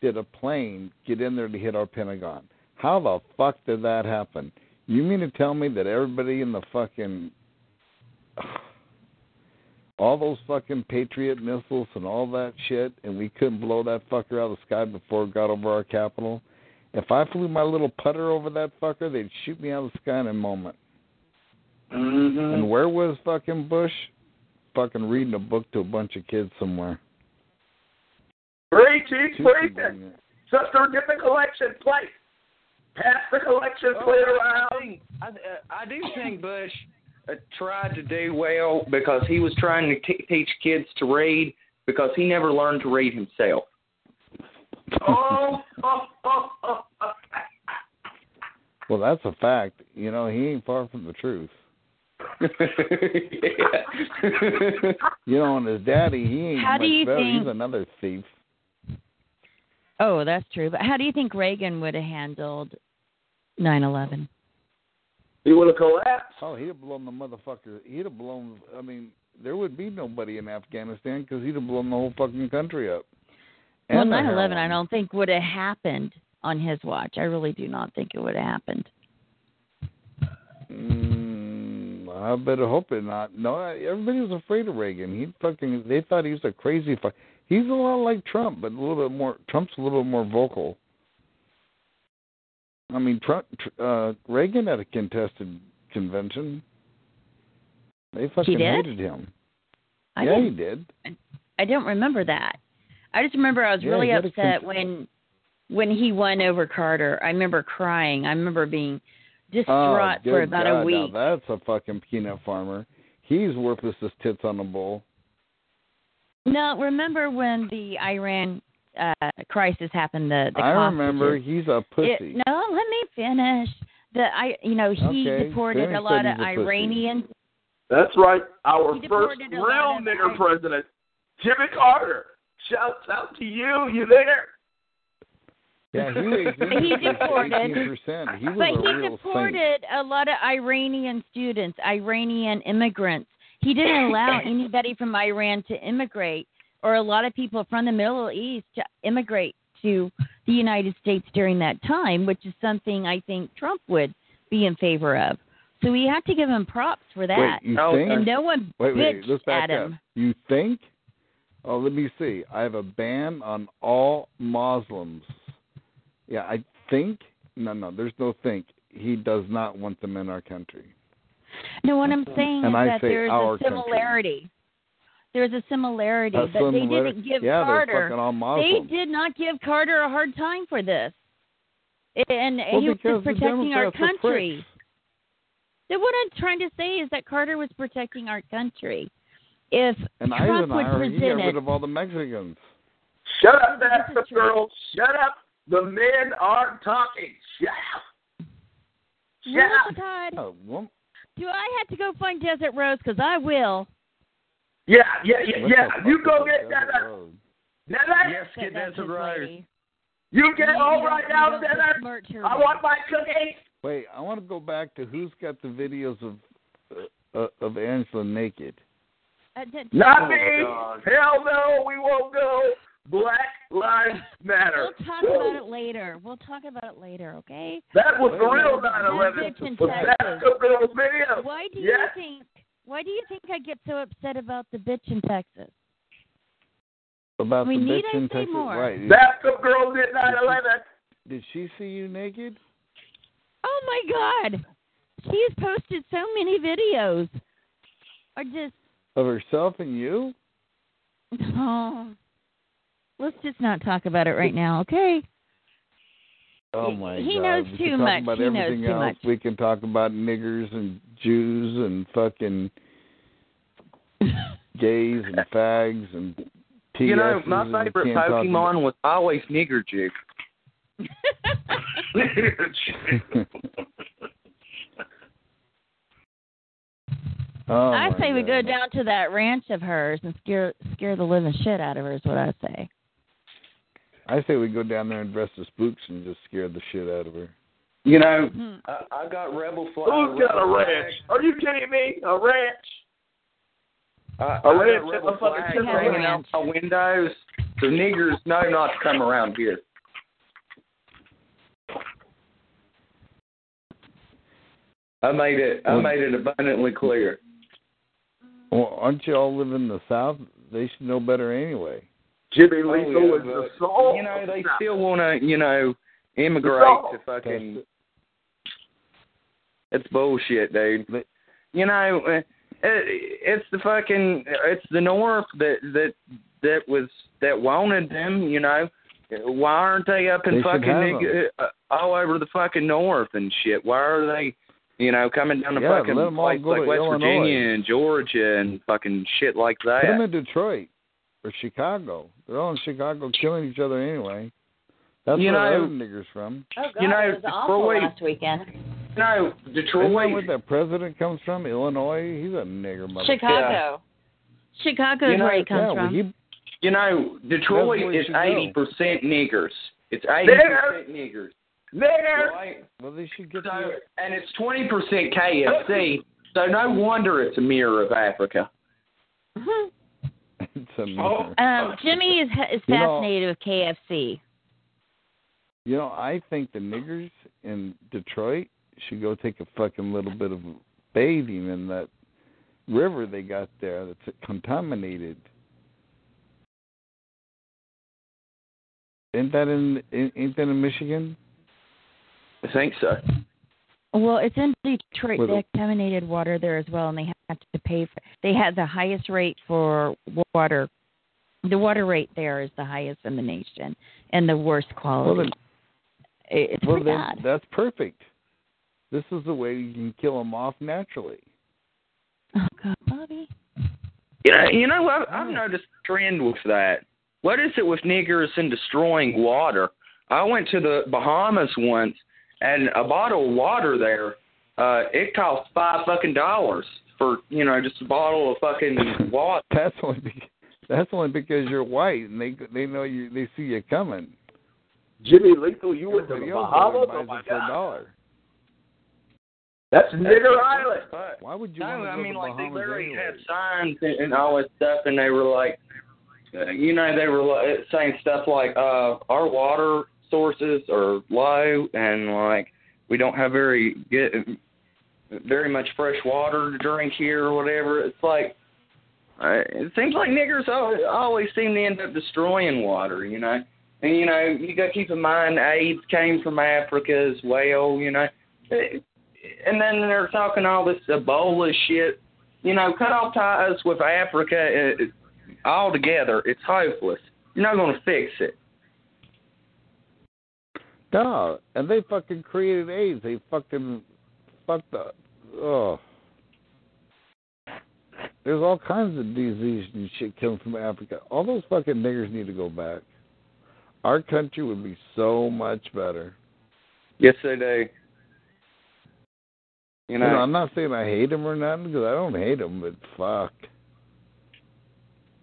[SPEAKER 6] did a plane get in there to hit our Pentagon? How the fuck did that happen? You mean to tell me that everybody in the fucking all those fucking Patriot missiles and all that shit, and we couldn't blow that fucker out of the sky before it got over our capital? If I flew my little putter over that fucker, they'd shoot me out of the sky in a moment.
[SPEAKER 7] Uh-huh.
[SPEAKER 6] And where was fucking Bush? Fucking reading a book to a bunch of kids somewhere.
[SPEAKER 3] Preaching,
[SPEAKER 6] Two
[SPEAKER 3] preaching.
[SPEAKER 6] people in it.
[SPEAKER 3] Sister, get the collection plate. Pass the collection plate
[SPEAKER 7] I,
[SPEAKER 3] around.
[SPEAKER 7] think- I, uh, I do think Bush uh, tried to do well because he was trying to t- teach kids to read because he never learned to read himself.
[SPEAKER 3] Oh, oh, oh, oh, oh.
[SPEAKER 6] Well, that's a fact. You know, he ain't far from the truth. You know, and his daddy, he ain't
[SPEAKER 2] How do
[SPEAKER 6] much
[SPEAKER 2] you
[SPEAKER 6] better.
[SPEAKER 2] think-
[SPEAKER 6] He's another thief.
[SPEAKER 2] Oh, that's true. But how do you think Reagan would have handled 9/11?
[SPEAKER 3] He would have collapsed.
[SPEAKER 6] Oh, he'd have blown the motherfucker. He'd have blown. I mean, there would be nobody in Afghanistan because he'd have blown the whole fucking country up.
[SPEAKER 2] Well,
[SPEAKER 6] And the
[SPEAKER 2] 9/11 I
[SPEAKER 6] heroin.
[SPEAKER 2] don't think would have happened on his watch. I really do not think it would have happened.
[SPEAKER 6] Mm, I better hope it not. No, I- everybody was afraid of Reagan. He fucking they thought he was a crazy fuck. He's a lot like Trump, but a little bit more. Trump's a little bit more vocal. I mean, Trump tr- uh Reagan had a contested convention. They fucking
[SPEAKER 2] did?
[SPEAKER 6] hated him.
[SPEAKER 2] I
[SPEAKER 6] yeah, he
[SPEAKER 2] didn't
[SPEAKER 6] did.
[SPEAKER 2] I don't remember that. I just remember I was
[SPEAKER 6] Yeah,
[SPEAKER 2] really
[SPEAKER 6] you gotta
[SPEAKER 2] upset
[SPEAKER 6] con-
[SPEAKER 2] when when he won over Carter. I remember crying. I remember being distraught
[SPEAKER 6] oh,
[SPEAKER 2] for
[SPEAKER 6] good
[SPEAKER 2] about
[SPEAKER 6] God,
[SPEAKER 2] a week.
[SPEAKER 6] Now that's a fucking peanut farmer. He's worthless as tits on a bowl.
[SPEAKER 2] No, remember when the Iran uh, crisis happened? The, the
[SPEAKER 6] I
[SPEAKER 2] hostages?
[SPEAKER 6] remember he's a pussy.
[SPEAKER 2] It- no, let me finish. The I, you know, he
[SPEAKER 6] Okay,
[SPEAKER 2] deported
[SPEAKER 6] finish
[SPEAKER 2] a lot
[SPEAKER 6] that
[SPEAKER 2] of
[SPEAKER 6] he's a pussy.
[SPEAKER 2] Iranians.
[SPEAKER 3] That's right. Our
[SPEAKER 2] He
[SPEAKER 3] first
[SPEAKER 2] deported a lot
[SPEAKER 3] real
[SPEAKER 2] of
[SPEAKER 3] nigger
[SPEAKER 2] guys.
[SPEAKER 3] president, Jimmy Carter. Shouts out to you. You there?
[SPEAKER 6] Yeah, he raised
[SPEAKER 2] But he deported.
[SPEAKER 6] percent. He was
[SPEAKER 2] But
[SPEAKER 6] a
[SPEAKER 2] he
[SPEAKER 6] real
[SPEAKER 2] deported a lot of Iranian students, Iranian immigrants. He didn't allow anybody from Iran to immigrate, or a lot of people from the Middle East to immigrate to the United States during that time, which is something I think Trump would be in favor of. So we have to give him props for
[SPEAKER 6] saint. Wait,
[SPEAKER 2] that.
[SPEAKER 6] you
[SPEAKER 7] Oh,
[SPEAKER 6] think?
[SPEAKER 2] and no one
[SPEAKER 6] wait, wait,
[SPEAKER 2] bitched
[SPEAKER 6] let's back
[SPEAKER 2] at him.
[SPEAKER 6] up. You think? Oh, let me see. I have a ban on all Muslims. Yeah, I think. No, no, there's no think. He does not want them in our country.
[SPEAKER 2] No, what I'm saying
[SPEAKER 6] And
[SPEAKER 2] is
[SPEAKER 6] I
[SPEAKER 2] that
[SPEAKER 6] say
[SPEAKER 2] there's a
[SPEAKER 6] our country.
[SPEAKER 2] similarity. There's a similarity,
[SPEAKER 6] That's
[SPEAKER 2] but they
[SPEAKER 6] similar-
[SPEAKER 2] didn't give
[SPEAKER 6] yeah, they're
[SPEAKER 2] Carter.
[SPEAKER 6] fucking all
[SPEAKER 2] They
[SPEAKER 6] Muslims.
[SPEAKER 2] did not give Carter a hard time for this, and and
[SPEAKER 6] well,
[SPEAKER 2] he was
[SPEAKER 6] because
[SPEAKER 2] just
[SPEAKER 6] the
[SPEAKER 2] protecting our
[SPEAKER 6] Democrats are
[SPEAKER 2] country.
[SPEAKER 6] pricks.
[SPEAKER 2] So what I'm trying to say is that Carter was protecting our country. If
[SPEAKER 6] And
[SPEAKER 2] Trump would
[SPEAKER 6] Eisenhower, he got
[SPEAKER 2] present
[SPEAKER 6] rid
[SPEAKER 2] it,
[SPEAKER 6] of all the Mexicans.
[SPEAKER 3] Shut up, that's
[SPEAKER 2] This
[SPEAKER 3] the
[SPEAKER 2] is true.
[SPEAKER 3] girl. Shut up. The men are talking. Shut up. Shut
[SPEAKER 2] Lord
[SPEAKER 3] up.
[SPEAKER 2] God,
[SPEAKER 6] Oh, well,
[SPEAKER 2] do I have to go find Desert Rose? Because I will.
[SPEAKER 3] Yeah, yeah, yeah,
[SPEAKER 6] what
[SPEAKER 3] yeah.
[SPEAKER 6] the fuck
[SPEAKER 3] You go
[SPEAKER 6] is
[SPEAKER 3] get
[SPEAKER 6] that
[SPEAKER 3] that.
[SPEAKER 6] other
[SPEAKER 3] up.
[SPEAKER 6] road?
[SPEAKER 3] That up.
[SPEAKER 7] Yes,
[SPEAKER 2] Said
[SPEAKER 7] get
[SPEAKER 2] that
[SPEAKER 7] that to
[SPEAKER 2] his
[SPEAKER 7] Rose.
[SPEAKER 2] lady.
[SPEAKER 3] You
[SPEAKER 2] You
[SPEAKER 3] get home
[SPEAKER 2] don't-
[SPEAKER 3] right
[SPEAKER 2] you
[SPEAKER 3] now,
[SPEAKER 2] don't
[SPEAKER 3] that up.
[SPEAKER 2] besmirch her
[SPEAKER 3] I
[SPEAKER 2] with
[SPEAKER 3] want my cookies.
[SPEAKER 6] Wait, I want to go back to who's got the videos of uh, of Angela naked.
[SPEAKER 2] Uh, d- d-
[SPEAKER 3] Not
[SPEAKER 7] Oh,
[SPEAKER 3] me.
[SPEAKER 7] God.
[SPEAKER 3] Hell no, we won't go. Black Lives Matter.
[SPEAKER 2] We'll talk
[SPEAKER 3] Woo.
[SPEAKER 2] about it later. We'll talk about it later, okay?
[SPEAKER 3] That was the real
[SPEAKER 2] That's it,
[SPEAKER 3] 9/11. Was
[SPEAKER 2] Kentucky.
[SPEAKER 3] that the real video?
[SPEAKER 2] Why do
[SPEAKER 3] Oh, Yes.
[SPEAKER 2] you think? Why do you think I get so upset about the bitch in Texas?
[SPEAKER 6] About
[SPEAKER 2] We
[SPEAKER 6] the
[SPEAKER 2] need
[SPEAKER 6] bitch
[SPEAKER 2] I
[SPEAKER 6] in
[SPEAKER 2] say
[SPEAKER 6] Texas,
[SPEAKER 2] more.
[SPEAKER 6] right?
[SPEAKER 3] That the girl did 9/11.
[SPEAKER 6] Did she see you naked?
[SPEAKER 2] Oh my God, she has posted so many videos. Or just
[SPEAKER 6] Of herself and you?
[SPEAKER 2] oh, let's just not talk about it right now, okay?
[SPEAKER 6] Oh
[SPEAKER 2] He-
[SPEAKER 6] my
[SPEAKER 2] he
[SPEAKER 6] god.
[SPEAKER 2] knows
[SPEAKER 6] we
[SPEAKER 2] too
[SPEAKER 6] can talk
[SPEAKER 2] much.
[SPEAKER 6] About
[SPEAKER 2] He knows
[SPEAKER 6] everything
[SPEAKER 2] too
[SPEAKER 6] else.
[SPEAKER 2] much.
[SPEAKER 6] We can talk about niggers and Jews and fucking gays and fags and
[SPEAKER 7] You know,
[SPEAKER 6] TSs
[SPEAKER 7] my
[SPEAKER 6] and we
[SPEAKER 7] favorite
[SPEAKER 6] uh, can't talk about-
[SPEAKER 7] Pokemon was always Nigger Juke.
[SPEAKER 6] Oh
[SPEAKER 2] I
[SPEAKER 6] my
[SPEAKER 2] say we go
[SPEAKER 6] God.
[SPEAKER 2] down to that ranch of hers and scare scare the living shit out of her. Is what I say.
[SPEAKER 6] I say we go down there and dress as spooks and just scare the shit out of her.
[SPEAKER 7] You know,
[SPEAKER 2] Hmm.
[SPEAKER 7] I, I got Rebel Flag.
[SPEAKER 3] Who's got a ranch? Are you kidding me? A ranch?
[SPEAKER 7] I, I
[SPEAKER 3] A
[SPEAKER 7] got
[SPEAKER 3] ranch is
[SPEAKER 7] Rebel
[SPEAKER 3] a fucking
[SPEAKER 7] Flag
[SPEAKER 3] civil
[SPEAKER 7] hanging out
[SPEAKER 2] ranch.
[SPEAKER 7] my windows. The niggers know not to come around here. I made it. I
[SPEAKER 6] Well-
[SPEAKER 7] made it abundantly clear.
[SPEAKER 6] Well, aren't you all living in the South? They should know better anyway.
[SPEAKER 3] Jimmy
[SPEAKER 7] Oh,
[SPEAKER 3] Lethal
[SPEAKER 7] yeah,
[SPEAKER 3] is the
[SPEAKER 7] but,
[SPEAKER 3] soul.
[SPEAKER 7] You know,
[SPEAKER 3] of
[SPEAKER 7] they
[SPEAKER 3] the South.
[SPEAKER 7] still want to, you know, immigrate
[SPEAKER 3] Stop.
[SPEAKER 7] to
[SPEAKER 6] That's
[SPEAKER 7] fucking.
[SPEAKER 6] it.
[SPEAKER 7] It's bullshit, dude.
[SPEAKER 6] But-
[SPEAKER 7] You know, uh, it, it's the fucking, it's the North that that that was that wanted them. You know, why aren't they up in
[SPEAKER 6] They should
[SPEAKER 7] fucking
[SPEAKER 6] have
[SPEAKER 7] nigga, uh, all over the fucking North and shit? Why are they, you know, coming down to
[SPEAKER 6] Yeah,
[SPEAKER 7] fucking
[SPEAKER 6] let 'em all
[SPEAKER 7] places
[SPEAKER 6] go
[SPEAKER 7] like
[SPEAKER 6] to
[SPEAKER 7] West
[SPEAKER 6] Illinois.
[SPEAKER 7] Virginia and Georgia and fucking shit like that?
[SPEAKER 6] Put them in Detroit or Chicago. They're all in Chicago killing each other anyway. That's
[SPEAKER 7] You
[SPEAKER 6] where the
[SPEAKER 7] know-
[SPEAKER 6] other niggers from.
[SPEAKER 2] Oh God,
[SPEAKER 7] You know,
[SPEAKER 2] it was awful
[SPEAKER 7] Detroit-
[SPEAKER 2] last weekend.
[SPEAKER 7] no,
[SPEAKER 6] Isn't that
[SPEAKER 7] Detroit.
[SPEAKER 6] where that president comes from? Illinois? He's a nigger mother.
[SPEAKER 2] Chicago. Chicago
[SPEAKER 7] You
[SPEAKER 2] is
[SPEAKER 7] know,
[SPEAKER 2] where he comes
[SPEAKER 6] yeah, well,
[SPEAKER 2] from.
[SPEAKER 6] he,
[SPEAKER 7] You know, Detroit
[SPEAKER 6] That's where you
[SPEAKER 7] is
[SPEAKER 6] should go.
[SPEAKER 7] eighty percent niggers. It's eighty
[SPEAKER 3] There.
[SPEAKER 7] percent niggers,
[SPEAKER 3] Nigger.
[SPEAKER 7] right?
[SPEAKER 6] well, they should get
[SPEAKER 7] So,
[SPEAKER 6] the,
[SPEAKER 7] and it's twenty percent KFC. So no wonder it's a mirror of Africa.
[SPEAKER 6] it's a nigger.
[SPEAKER 7] Oh.
[SPEAKER 2] um, Jimmy is, is
[SPEAKER 6] You know-
[SPEAKER 2] fascinated with KFC.
[SPEAKER 6] You know, I think the niggers in Detroit should go take a fucking little bit of bathing in that river they got there that's contaminated. Ain't that in, in ain't that in Michigan?
[SPEAKER 7] I think so.
[SPEAKER 2] Well, it's in Detroit.
[SPEAKER 6] With
[SPEAKER 2] They
[SPEAKER 6] a-
[SPEAKER 2] have contaminated water there as well, and they have to pay for. They have the highest rate for water. The water rate there is the highest in the nation, and the worst
[SPEAKER 6] Well,
[SPEAKER 2] quality.
[SPEAKER 6] then,
[SPEAKER 2] It- it's
[SPEAKER 6] well
[SPEAKER 2] pretty
[SPEAKER 6] then,
[SPEAKER 2] bad.
[SPEAKER 6] that's perfect. This is the way you can kill them off naturally.
[SPEAKER 2] Oh God, Bobby.
[SPEAKER 7] You know, you know, I've, I've noticed a trend with that. What is it with niggers and destroying water? I went to the Bahamas once, and a bottle of water there, uh, it cost five fucking dollars for you know just a bottle of fucking water.
[SPEAKER 6] That's only because, that's only because you're white and they they know you they see you coming.
[SPEAKER 3] Jimmy Lethal, you went to the
[SPEAKER 6] Everybody else
[SPEAKER 3] Bahamas?
[SPEAKER 6] buys
[SPEAKER 3] Oh,
[SPEAKER 6] it
[SPEAKER 3] my
[SPEAKER 6] for a
[SPEAKER 3] God.
[SPEAKER 6] dollar.
[SPEAKER 3] That's Nigger Island.
[SPEAKER 7] Fuck.
[SPEAKER 6] Why would you
[SPEAKER 7] No,
[SPEAKER 6] want to
[SPEAKER 7] I
[SPEAKER 6] go
[SPEAKER 7] mean
[SPEAKER 6] to
[SPEAKER 7] like they
[SPEAKER 6] Bahamas
[SPEAKER 7] literally
[SPEAKER 6] anyway?
[SPEAKER 7] had signs and, and all that stuff, and they were like, uh, you know, they were like, saying stuff like, uh, our water sources are low, and like we don't have very good, very much fresh water to drink here or whatever. It's like. Uh, it seems like niggers always, always seem to end up destroying water, you know. And you know, you got to keep in mind AIDS came from Africa as well, you know. Uh, and then they're talking all this Ebola shit. You know, cut off ties with Africa. uh, altogether, it's hopeless. You're not going to fix it.
[SPEAKER 6] No, and they fucking created AIDS. They fucking fucked the oh. There's all kinds of disease and shit coming from Africa. All those fucking niggers need to go back. Our country would be so much better.
[SPEAKER 7] Yes, they do. You
[SPEAKER 6] You
[SPEAKER 7] know,
[SPEAKER 6] know, I'm not saying I hate them or nothing because I don't hate them, but fuck.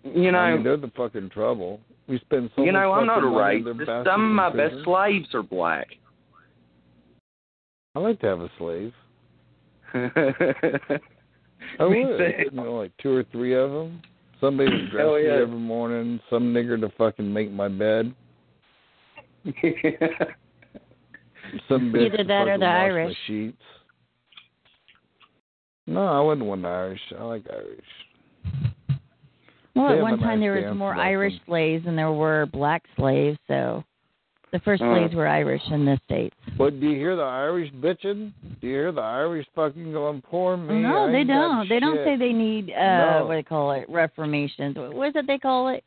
[SPEAKER 7] you know,
[SPEAKER 6] I mean, they're the fucking trouble. We spend so
[SPEAKER 7] you
[SPEAKER 6] much
[SPEAKER 7] know, I'm not a
[SPEAKER 6] fucking money on their
[SPEAKER 7] racist.
[SPEAKER 6] bastards
[SPEAKER 7] Some of
[SPEAKER 6] in
[SPEAKER 7] my
[SPEAKER 6] prison.
[SPEAKER 7] best slaves are black.
[SPEAKER 6] I like to have a slave. I
[SPEAKER 7] Me
[SPEAKER 6] would.
[SPEAKER 7] too.
[SPEAKER 6] You know, like two or three of them. Somebody would dress
[SPEAKER 7] Hell
[SPEAKER 6] me
[SPEAKER 7] yeah.
[SPEAKER 6] every morning. Some nigger to fucking make my bed. Some bitch
[SPEAKER 2] Either
[SPEAKER 6] to
[SPEAKER 2] that or
[SPEAKER 6] fucking
[SPEAKER 2] the
[SPEAKER 6] wash
[SPEAKER 2] Irish.
[SPEAKER 6] My sheets. No, I wouldn't want the Irish. I like Irish.
[SPEAKER 2] Well,
[SPEAKER 6] They
[SPEAKER 2] at
[SPEAKER 6] have
[SPEAKER 2] one
[SPEAKER 6] a
[SPEAKER 2] time
[SPEAKER 6] nice
[SPEAKER 2] there was
[SPEAKER 6] dance
[SPEAKER 2] more
[SPEAKER 6] about
[SPEAKER 2] Irish
[SPEAKER 6] them.
[SPEAKER 2] slaves than there were black slaves, so the first
[SPEAKER 7] Uh.
[SPEAKER 2] slaves were Irish in the states.
[SPEAKER 6] But do you hear the Irish bitching? Do you hear the Irish fucking going, poor me?
[SPEAKER 2] no,
[SPEAKER 6] I
[SPEAKER 2] they
[SPEAKER 6] ain't got
[SPEAKER 2] don't. They don't
[SPEAKER 6] shit."
[SPEAKER 2] say they need uh
[SPEAKER 6] No.
[SPEAKER 2] what do they call it? Reformations. What what is it they call it?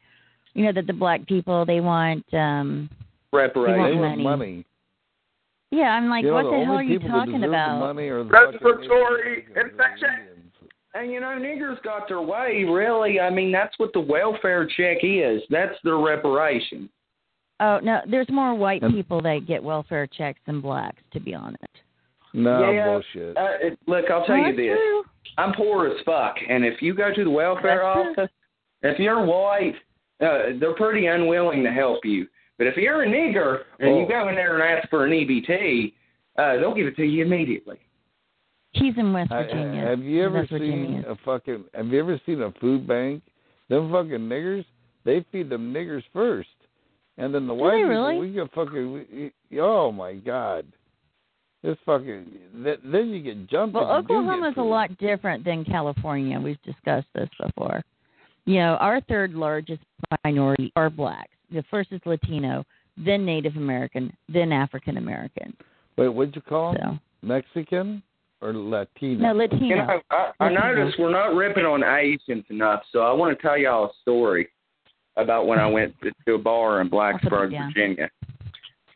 [SPEAKER 2] You know that the black people they want. um
[SPEAKER 6] They
[SPEAKER 2] want
[SPEAKER 7] Reparations.
[SPEAKER 6] want
[SPEAKER 2] money.
[SPEAKER 6] money.
[SPEAKER 2] Yeah, I'm like,
[SPEAKER 6] you know,
[SPEAKER 2] what
[SPEAKER 6] the,
[SPEAKER 2] the,
[SPEAKER 6] only
[SPEAKER 2] hell are you
[SPEAKER 6] people that
[SPEAKER 2] talking
[SPEAKER 6] deserve
[SPEAKER 2] about?
[SPEAKER 6] The money are the
[SPEAKER 3] Respiratory
[SPEAKER 6] fucking Indians.
[SPEAKER 3] infection.
[SPEAKER 7] And you know, niggers got their way, really. I mean, that's what the welfare check is. That's their reparation.
[SPEAKER 2] Oh no, there's more white
[SPEAKER 6] And-
[SPEAKER 2] people that get welfare checks than blacks, to be honest.
[SPEAKER 6] No
[SPEAKER 7] Yeah.
[SPEAKER 6] bullshit.
[SPEAKER 7] Uh, it- look, I'll tell
[SPEAKER 2] Well, that's
[SPEAKER 7] you this.
[SPEAKER 2] true.
[SPEAKER 7] I'm poor as fuck, and if you go to the welfare
[SPEAKER 2] That's true.
[SPEAKER 7] office, if you're white, uh, they're pretty unwilling to help you. But if you're a nigger and
[SPEAKER 6] Oh.
[SPEAKER 7] you go in there and ask for an EBT, uh, they'll give it to you immediately.
[SPEAKER 2] He's in West
[SPEAKER 6] I- I-
[SPEAKER 2] Virginia.
[SPEAKER 6] have you ever
[SPEAKER 2] West Virginia.
[SPEAKER 6] seen a fucking? Have you ever seen a food bank? Them fucking niggers, they feed them niggers first, and then the
[SPEAKER 2] Do
[SPEAKER 6] white
[SPEAKER 2] they
[SPEAKER 6] people,
[SPEAKER 2] really?
[SPEAKER 6] we get fucking. We, we- oh my god, this fucking. Th- then you get jumped.
[SPEAKER 2] Well,
[SPEAKER 6] and you do get
[SPEAKER 2] Oklahoma's a
[SPEAKER 6] food.
[SPEAKER 2] lot different than California. We've discussed this before. You know, our third largest minority are blacks. The first is Latino, then Native American, then African American.
[SPEAKER 6] Wait, what'd you call them?
[SPEAKER 2] So
[SPEAKER 6] Mexican or Latino?
[SPEAKER 2] no, Latino.
[SPEAKER 7] You know, I, I
[SPEAKER 2] Latino.
[SPEAKER 7] noticed we're not ripping on Asians enough, so I want to tell y'all a story about when I went to, to a bar in
[SPEAKER 2] I'll put
[SPEAKER 7] Blacksburg,
[SPEAKER 2] it down.
[SPEAKER 7] Virginia.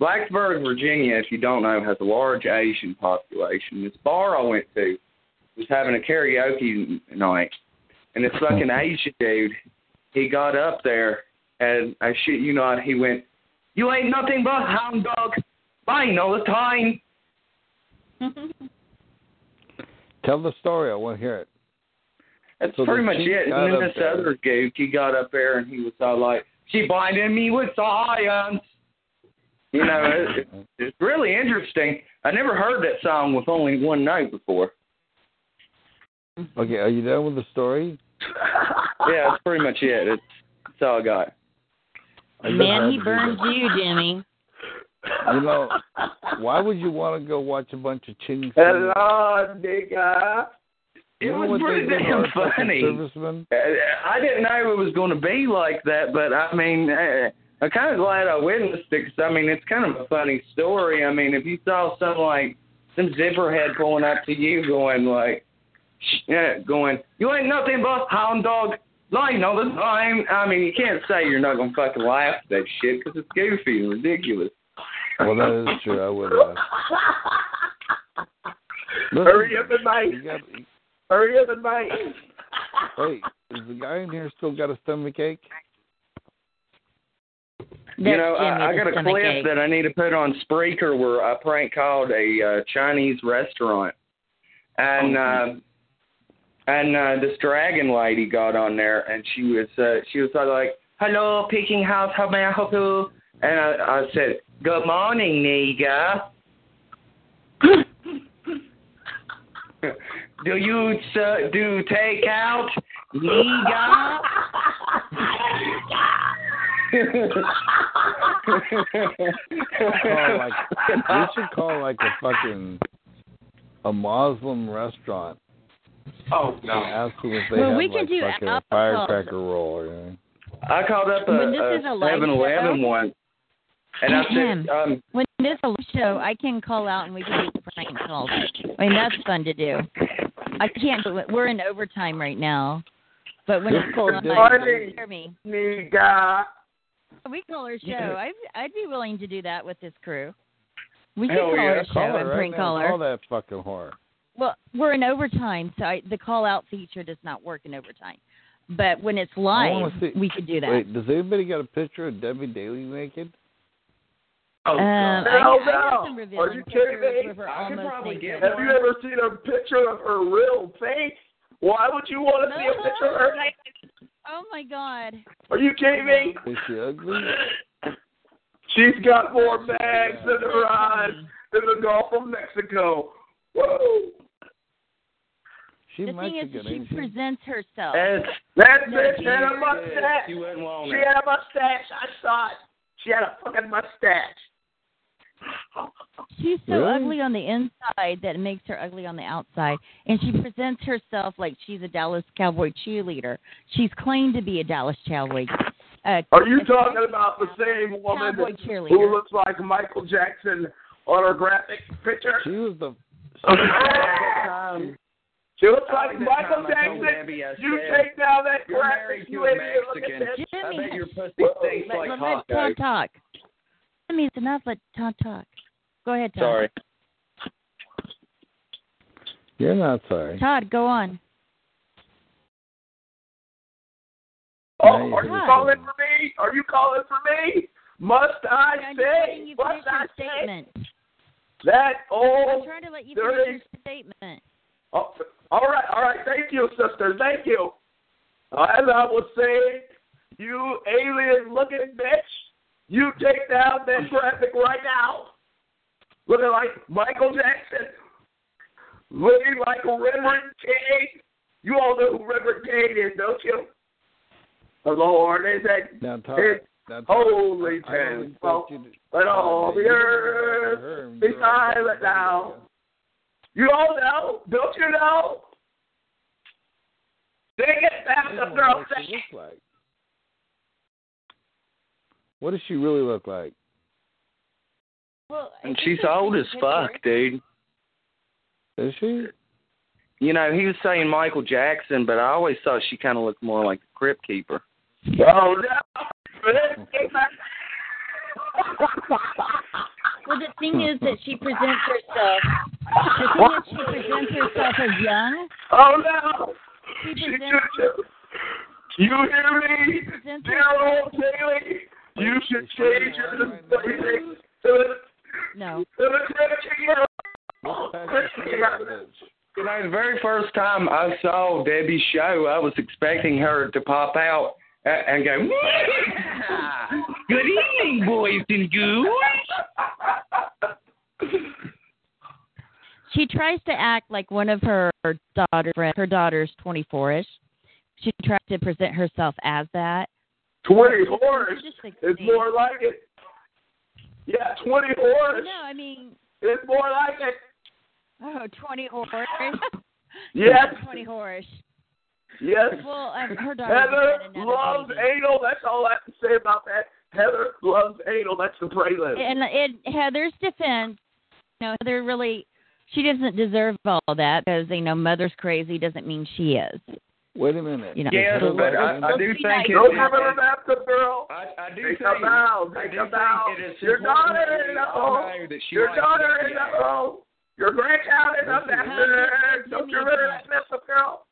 [SPEAKER 7] Blacksburg, Virginia, if you don't know, has a large Asian population. This bar I went to was having a karaoke n- night, and this
[SPEAKER 2] Oh.
[SPEAKER 7] fucking Asian dude, he got up there, and I shit you not, he went, "You ain't nothing but hound dog, buying all the time."
[SPEAKER 6] Tell the story. I want to hear it.
[SPEAKER 7] That's
[SPEAKER 6] So
[SPEAKER 7] pretty
[SPEAKER 6] the
[SPEAKER 7] much
[SPEAKER 6] chief
[SPEAKER 7] it.
[SPEAKER 6] got
[SPEAKER 7] And then
[SPEAKER 6] up
[SPEAKER 7] this
[SPEAKER 6] there.
[SPEAKER 7] other gook, he got up there and he was all like, "She blinded me with science." You know, it, it, it's really interesting. I never heard that song with only one note before.
[SPEAKER 6] Okay, are you done with the story?
[SPEAKER 7] Yeah, that's pretty much it. It's, that's all I got.
[SPEAKER 6] I
[SPEAKER 2] Man, he
[SPEAKER 6] just-
[SPEAKER 2] burned you, Jimmy.
[SPEAKER 6] You know, why would you want to go watch a bunch of ching?
[SPEAKER 3] Hello, Oh, nigga.
[SPEAKER 7] It
[SPEAKER 6] You know
[SPEAKER 7] was
[SPEAKER 6] what they
[SPEAKER 7] pretty
[SPEAKER 6] did to
[SPEAKER 7] damn
[SPEAKER 6] our fucking
[SPEAKER 7] funny.
[SPEAKER 6] servicemen?
[SPEAKER 7] Uh, I didn't know it was going to be like that, but I mean, uh, I'm kind of glad I witnessed it 'cause I mean, it's kind of a funny story. I mean, if you saw some like some zipper head pulling up to you, going like, sh- yeah, going, you ain't nothing but hound dog lying all the time. I mean, you can't say you're not gonna fucking laugh at that shit 'cause it's goofy and ridiculous.
[SPEAKER 6] Well, that is true. I would have. Listen,
[SPEAKER 3] Hurry up and bite.
[SPEAKER 6] You got,
[SPEAKER 3] Hurry up and bite.
[SPEAKER 6] wait, is the guy in here still got a stomach ache?
[SPEAKER 7] you know,
[SPEAKER 2] That's Jimmy,
[SPEAKER 7] I, I
[SPEAKER 2] the
[SPEAKER 7] got a clip
[SPEAKER 2] stomachache.
[SPEAKER 7] that I need to put on Spreaker where I prank called a uh, Chinese restaurant, and uh, and uh, this dragon lady got on there, and she was uh, she was all like, "Hello, Peking House, how may I help you?" And I, I said, "Good morning, nigga. do you uh, do takeout, nigga?"
[SPEAKER 6] Call like, we should call like a fucking a Muslim restaurant
[SPEAKER 3] Oh,
[SPEAKER 6] and ask them if they
[SPEAKER 2] Well,
[SPEAKER 6] have
[SPEAKER 2] we
[SPEAKER 6] like
[SPEAKER 2] can do
[SPEAKER 6] fucking
[SPEAKER 2] alcohol.
[SPEAKER 6] a firecracker roll. Or anything.
[SPEAKER 7] I called up a,
[SPEAKER 2] When this is a
[SPEAKER 7] a
[SPEAKER 2] live
[SPEAKER 7] 7-Eleven
[SPEAKER 2] show?
[SPEAKER 7] one, and I said, um,
[SPEAKER 2] When there's a live show, I can call out and we can do prank calls. I mean, that's fun to do. I can't do it. We're in overtime right now, But when it's cold, I'm like,
[SPEAKER 3] Morning.
[SPEAKER 2] "Don't scare me.
[SPEAKER 3] Nigga.
[SPEAKER 2] We can call her show.
[SPEAKER 6] Yeah.
[SPEAKER 2] I'd, I'd be willing to do that with this crew. We can
[SPEAKER 6] Hell
[SPEAKER 2] call
[SPEAKER 6] yeah,
[SPEAKER 2] her show
[SPEAKER 6] call her
[SPEAKER 2] and
[SPEAKER 6] right
[SPEAKER 2] prank
[SPEAKER 6] now.
[SPEAKER 2] call her.
[SPEAKER 6] Call that fucking whore.
[SPEAKER 2] Well, we're in overtime, so I, the call out feature does not work in overtime. But when it's live,
[SPEAKER 6] wanna see-
[SPEAKER 2] we could do that.
[SPEAKER 6] Wait, does anybody got a picture of Debbie Daly naked?
[SPEAKER 3] Oh,
[SPEAKER 2] Um, I,
[SPEAKER 3] Hell
[SPEAKER 2] I have
[SPEAKER 3] no.
[SPEAKER 2] some revealing
[SPEAKER 3] Are you kidding
[SPEAKER 2] pictures
[SPEAKER 3] me?
[SPEAKER 2] of her
[SPEAKER 7] I could
[SPEAKER 2] almost
[SPEAKER 7] probably
[SPEAKER 2] naked.
[SPEAKER 7] get
[SPEAKER 3] Have you ever seen a picture of her real face? Why would you want to see a picture of her?
[SPEAKER 2] Oh my god!
[SPEAKER 3] Are you kidding me?
[SPEAKER 6] Is she ugly?
[SPEAKER 3] She's got more bags than her eyes than the Gulf of Mexico. Woo!
[SPEAKER 6] She
[SPEAKER 2] the thing is,
[SPEAKER 6] Mexican,
[SPEAKER 2] she
[SPEAKER 6] ain't she?
[SPEAKER 2] presents herself.
[SPEAKER 7] That's
[SPEAKER 3] That
[SPEAKER 2] No,
[SPEAKER 3] bitch
[SPEAKER 2] she
[SPEAKER 3] had a
[SPEAKER 2] was
[SPEAKER 3] mustache.
[SPEAKER 7] She went well on
[SPEAKER 3] She had a mustache. I saw it. She had a fucking mustache.
[SPEAKER 2] She's so
[SPEAKER 6] Really?
[SPEAKER 2] ugly on the inside that it makes her ugly on the outside, and she presents herself like she's a Dallas Cowboy cheerleader. She's claimed to be a Dallas Cowboy. Uh,
[SPEAKER 3] Are you talking about the same woman
[SPEAKER 2] Cowboy
[SPEAKER 3] that-
[SPEAKER 2] cheerleader.
[SPEAKER 3] who looks like Michael Jackson on her graphic picture?
[SPEAKER 6] She was the.
[SPEAKER 7] Um,
[SPEAKER 3] She looks like
[SPEAKER 7] That
[SPEAKER 3] Michael
[SPEAKER 7] time I told
[SPEAKER 3] Jackson.
[SPEAKER 7] Debbie, I
[SPEAKER 3] You
[SPEAKER 7] said,
[SPEAKER 3] take down that
[SPEAKER 7] You're
[SPEAKER 3] graphic,
[SPEAKER 7] married to
[SPEAKER 3] you
[SPEAKER 7] a
[SPEAKER 3] idiot. Look at
[SPEAKER 7] Mexican.
[SPEAKER 3] this.
[SPEAKER 7] I
[SPEAKER 2] Jimmy,
[SPEAKER 7] bet your pussy
[SPEAKER 3] Whoa.
[SPEAKER 7] stinks
[SPEAKER 2] let,
[SPEAKER 7] like
[SPEAKER 2] let
[SPEAKER 7] hot
[SPEAKER 2] Tom
[SPEAKER 7] dogs.
[SPEAKER 2] talk. Jimmy, it's enough. Let Tom talk. Go ahead, Tom.
[SPEAKER 7] Sorry.
[SPEAKER 6] You're not sorry.
[SPEAKER 2] Todd, go on.
[SPEAKER 3] Oh, are
[SPEAKER 6] Nice.
[SPEAKER 3] you calling for me? Are you calling for me? Must I
[SPEAKER 2] I'm just letting
[SPEAKER 3] say?
[SPEAKER 2] you finish
[SPEAKER 3] Must I
[SPEAKER 2] your
[SPEAKER 3] say
[SPEAKER 2] statement.
[SPEAKER 3] that
[SPEAKER 2] I'm
[SPEAKER 3] old?
[SPEAKER 2] trying to let you
[SPEAKER 3] there
[SPEAKER 2] finish your statement.
[SPEAKER 3] Oh, all right, all right. Thank you, sister. Thank you. As I was saying, you alien-looking bitch, you take down that graphic right now. Looking like Michael Jackson. Looking like Reverend Kane. You all know who Reverend Kane is, don't you? The Lord is that
[SPEAKER 6] Now, Todd.
[SPEAKER 3] It's
[SPEAKER 6] Now, Todd,
[SPEAKER 3] holy
[SPEAKER 6] I don't expect
[SPEAKER 3] transport.
[SPEAKER 6] you to-
[SPEAKER 3] But all the
[SPEAKER 6] You
[SPEAKER 3] earth is
[SPEAKER 6] don't have to hurt him.
[SPEAKER 3] silent now. You all know? Don't you know? Sing it,
[SPEAKER 6] I
[SPEAKER 3] Pastor
[SPEAKER 6] don't know
[SPEAKER 3] Girl.
[SPEAKER 6] what
[SPEAKER 3] Sing
[SPEAKER 6] she
[SPEAKER 3] it.
[SPEAKER 6] looks like. What does she really look like?
[SPEAKER 2] Well,
[SPEAKER 7] And she's old as fuck, dude.
[SPEAKER 6] Is she?
[SPEAKER 7] You know, he was saying Michael Jackson, but I always thought she kind of looked more like the Crypt Keeper.
[SPEAKER 3] Oh, no. Let's get back.
[SPEAKER 2] Well, the thing is that she presents herself. The thing is, she presents herself as young.
[SPEAKER 3] Oh, no.
[SPEAKER 2] She
[SPEAKER 3] She
[SPEAKER 2] presents,
[SPEAKER 3] should- You hear me?
[SPEAKER 2] presents
[SPEAKER 3] Dear old Bailey, you should change your everything to the,
[SPEAKER 2] no.
[SPEAKER 3] to the Christian
[SPEAKER 6] What type of shit is this?
[SPEAKER 7] You know, the very first time I saw Debbie's show, I was expecting her to pop out a- and go, "Yeah! Good evening, boys and ghouls.
[SPEAKER 2] She tries to act like one of her daughter friends. Her daughter's 24ish. She tries to present herself as that.
[SPEAKER 3] 20 horse.
[SPEAKER 2] Just
[SPEAKER 3] It's
[SPEAKER 2] 16.
[SPEAKER 3] more like it. Yeah, 20 horse.
[SPEAKER 2] No, I mean,
[SPEAKER 3] It's more like it.
[SPEAKER 2] oh, 20 horse.
[SPEAKER 3] Yes,
[SPEAKER 2] 20 horse.
[SPEAKER 3] yes.
[SPEAKER 2] Well, um, her daughter.
[SPEAKER 3] Heather
[SPEAKER 2] had another
[SPEAKER 3] loves
[SPEAKER 2] baby.
[SPEAKER 3] anal. That's all I have to say about that. Heather loves anal. That's the prelude.
[SPEAKER 2] in, in Heather's defense, you know, Heather really she doesn't deserve all that because you know mother's crazy doesn't mean she is.
[SPEAKER 6] Wait a minute.
[SPEAKER 2] You know.
[SPEAKER 7] Yes,
[SPEAKER 6] Does it
[SPEAKER 7] but
[SPEAKER 6] look
[SPEAKER 7] I,
[SPEAKER 6] like
[SPEAKER 7] I do think it
[SPEAKER 3] No
[SPEAKER 7] is.
[SPEAKER 3] woman in after girl.
[SPEAKER 7] I, I do
[SPEAKER 3] Take
[SPEAKER 7] think,
[SPEAKER 3] a bow.
[SPEAKER 7] I
[SPEAKER 3] Take
[SPEAKER 7] do
[SPEAKER 3] a
[SPEAKER 7] think
[SPEAKER 3] bow.
[SPEAKER 7] it is
[SPEAKER 3] Your
[SPEAKER 7] important
[SPEAKER 3] daughter
[SPEAKER 7] that
[SPEAKER 3] in
[SPEAKER 7] we
[SPEAKER 3] the
[SPEAKER 7] all
[SPEAKER 3] hole.
[SPEAKER 7] know that she
[SPEAKER 3] Your
[SPEAKER 7] likes
[SPEAKER 3] daughter
[SPEAKER 7] to
[SPEAKER 3] in
[SPEAKER 7] be
[SPEAKER 3] the
[SPEAKER 7] out.
[SPEAKER 3] hole. Your grandchild in the after. Don't you remember that mess girl?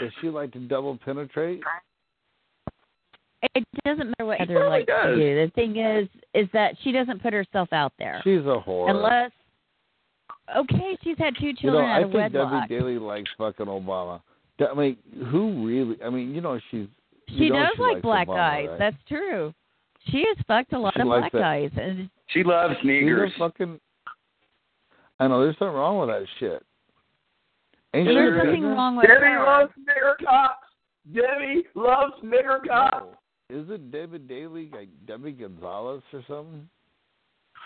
[SPEAKER 6] Does she like to double penetrate?
[SPEAKER 2] It doesn't matter what
[SPEAKER 7] It
[SPEAKER 2] Heather
[SPEAKER 7] really
[SPEAKER 2] likes to
[SPEAKER 7] does.
[SPEAKER 2] do. The thing is, is that she doesn't put herself out there
[SPEAKER 6] She's a whore.
[SPEAKER 2] unless. Okay, she's had two
[SPEAKER 6] you know,
[SPEAKER 2] children
[SPEAKER 6] I
[SPEAKER 2] out of
[SPEAKER 6] think
[SPEAKER 2] wedlock.
[SPEAKER 6] Debbie Daly likes fucking Obama. De- I mean, who really? I mean, you know, she's.
[SPEAKER 2] She
[SPEAKER 6] you know
[SPEAKER 2] does
[SPEAKER 6] she
[SPEAKER 2] like
[SPEAKER 6] likes
[SPEAKER 2] black
[SPEAKER 6] Obama,
[SPEAKER 2] guys.
[SPEAKER 6] right?
[SPEAKER 2] That's true. She has fucked a lot
[SPEAKER 6] She
[SPEAKER 2] of
[SPEAKER 6] likes
[SPEAKER 2] black
[SPEAKER 6] that.
[SPEAKER 2] guys, and
[SPEAKER 7] She loves
[SPEAKER 6] She's a
[SPEAKER 7] niggers.
[SPEAKER 6] fucking. I know there's something wrong with that shit. Ain't she
[SPEAKER 2] there's
[SPEAKER 6] a
[SPEAKER 2] nothing
[SPEAKER 6] business?
[SPEAKER 2] wrong with
[SPEAKER 3] Debbie
[SPEAKER 2] her.
[SPEAKER 3] loves nigger cops. Debbie loves nigger cops.
[SPEAKER 6] No. Is it David Daly, like Debbie Gonzalez or something?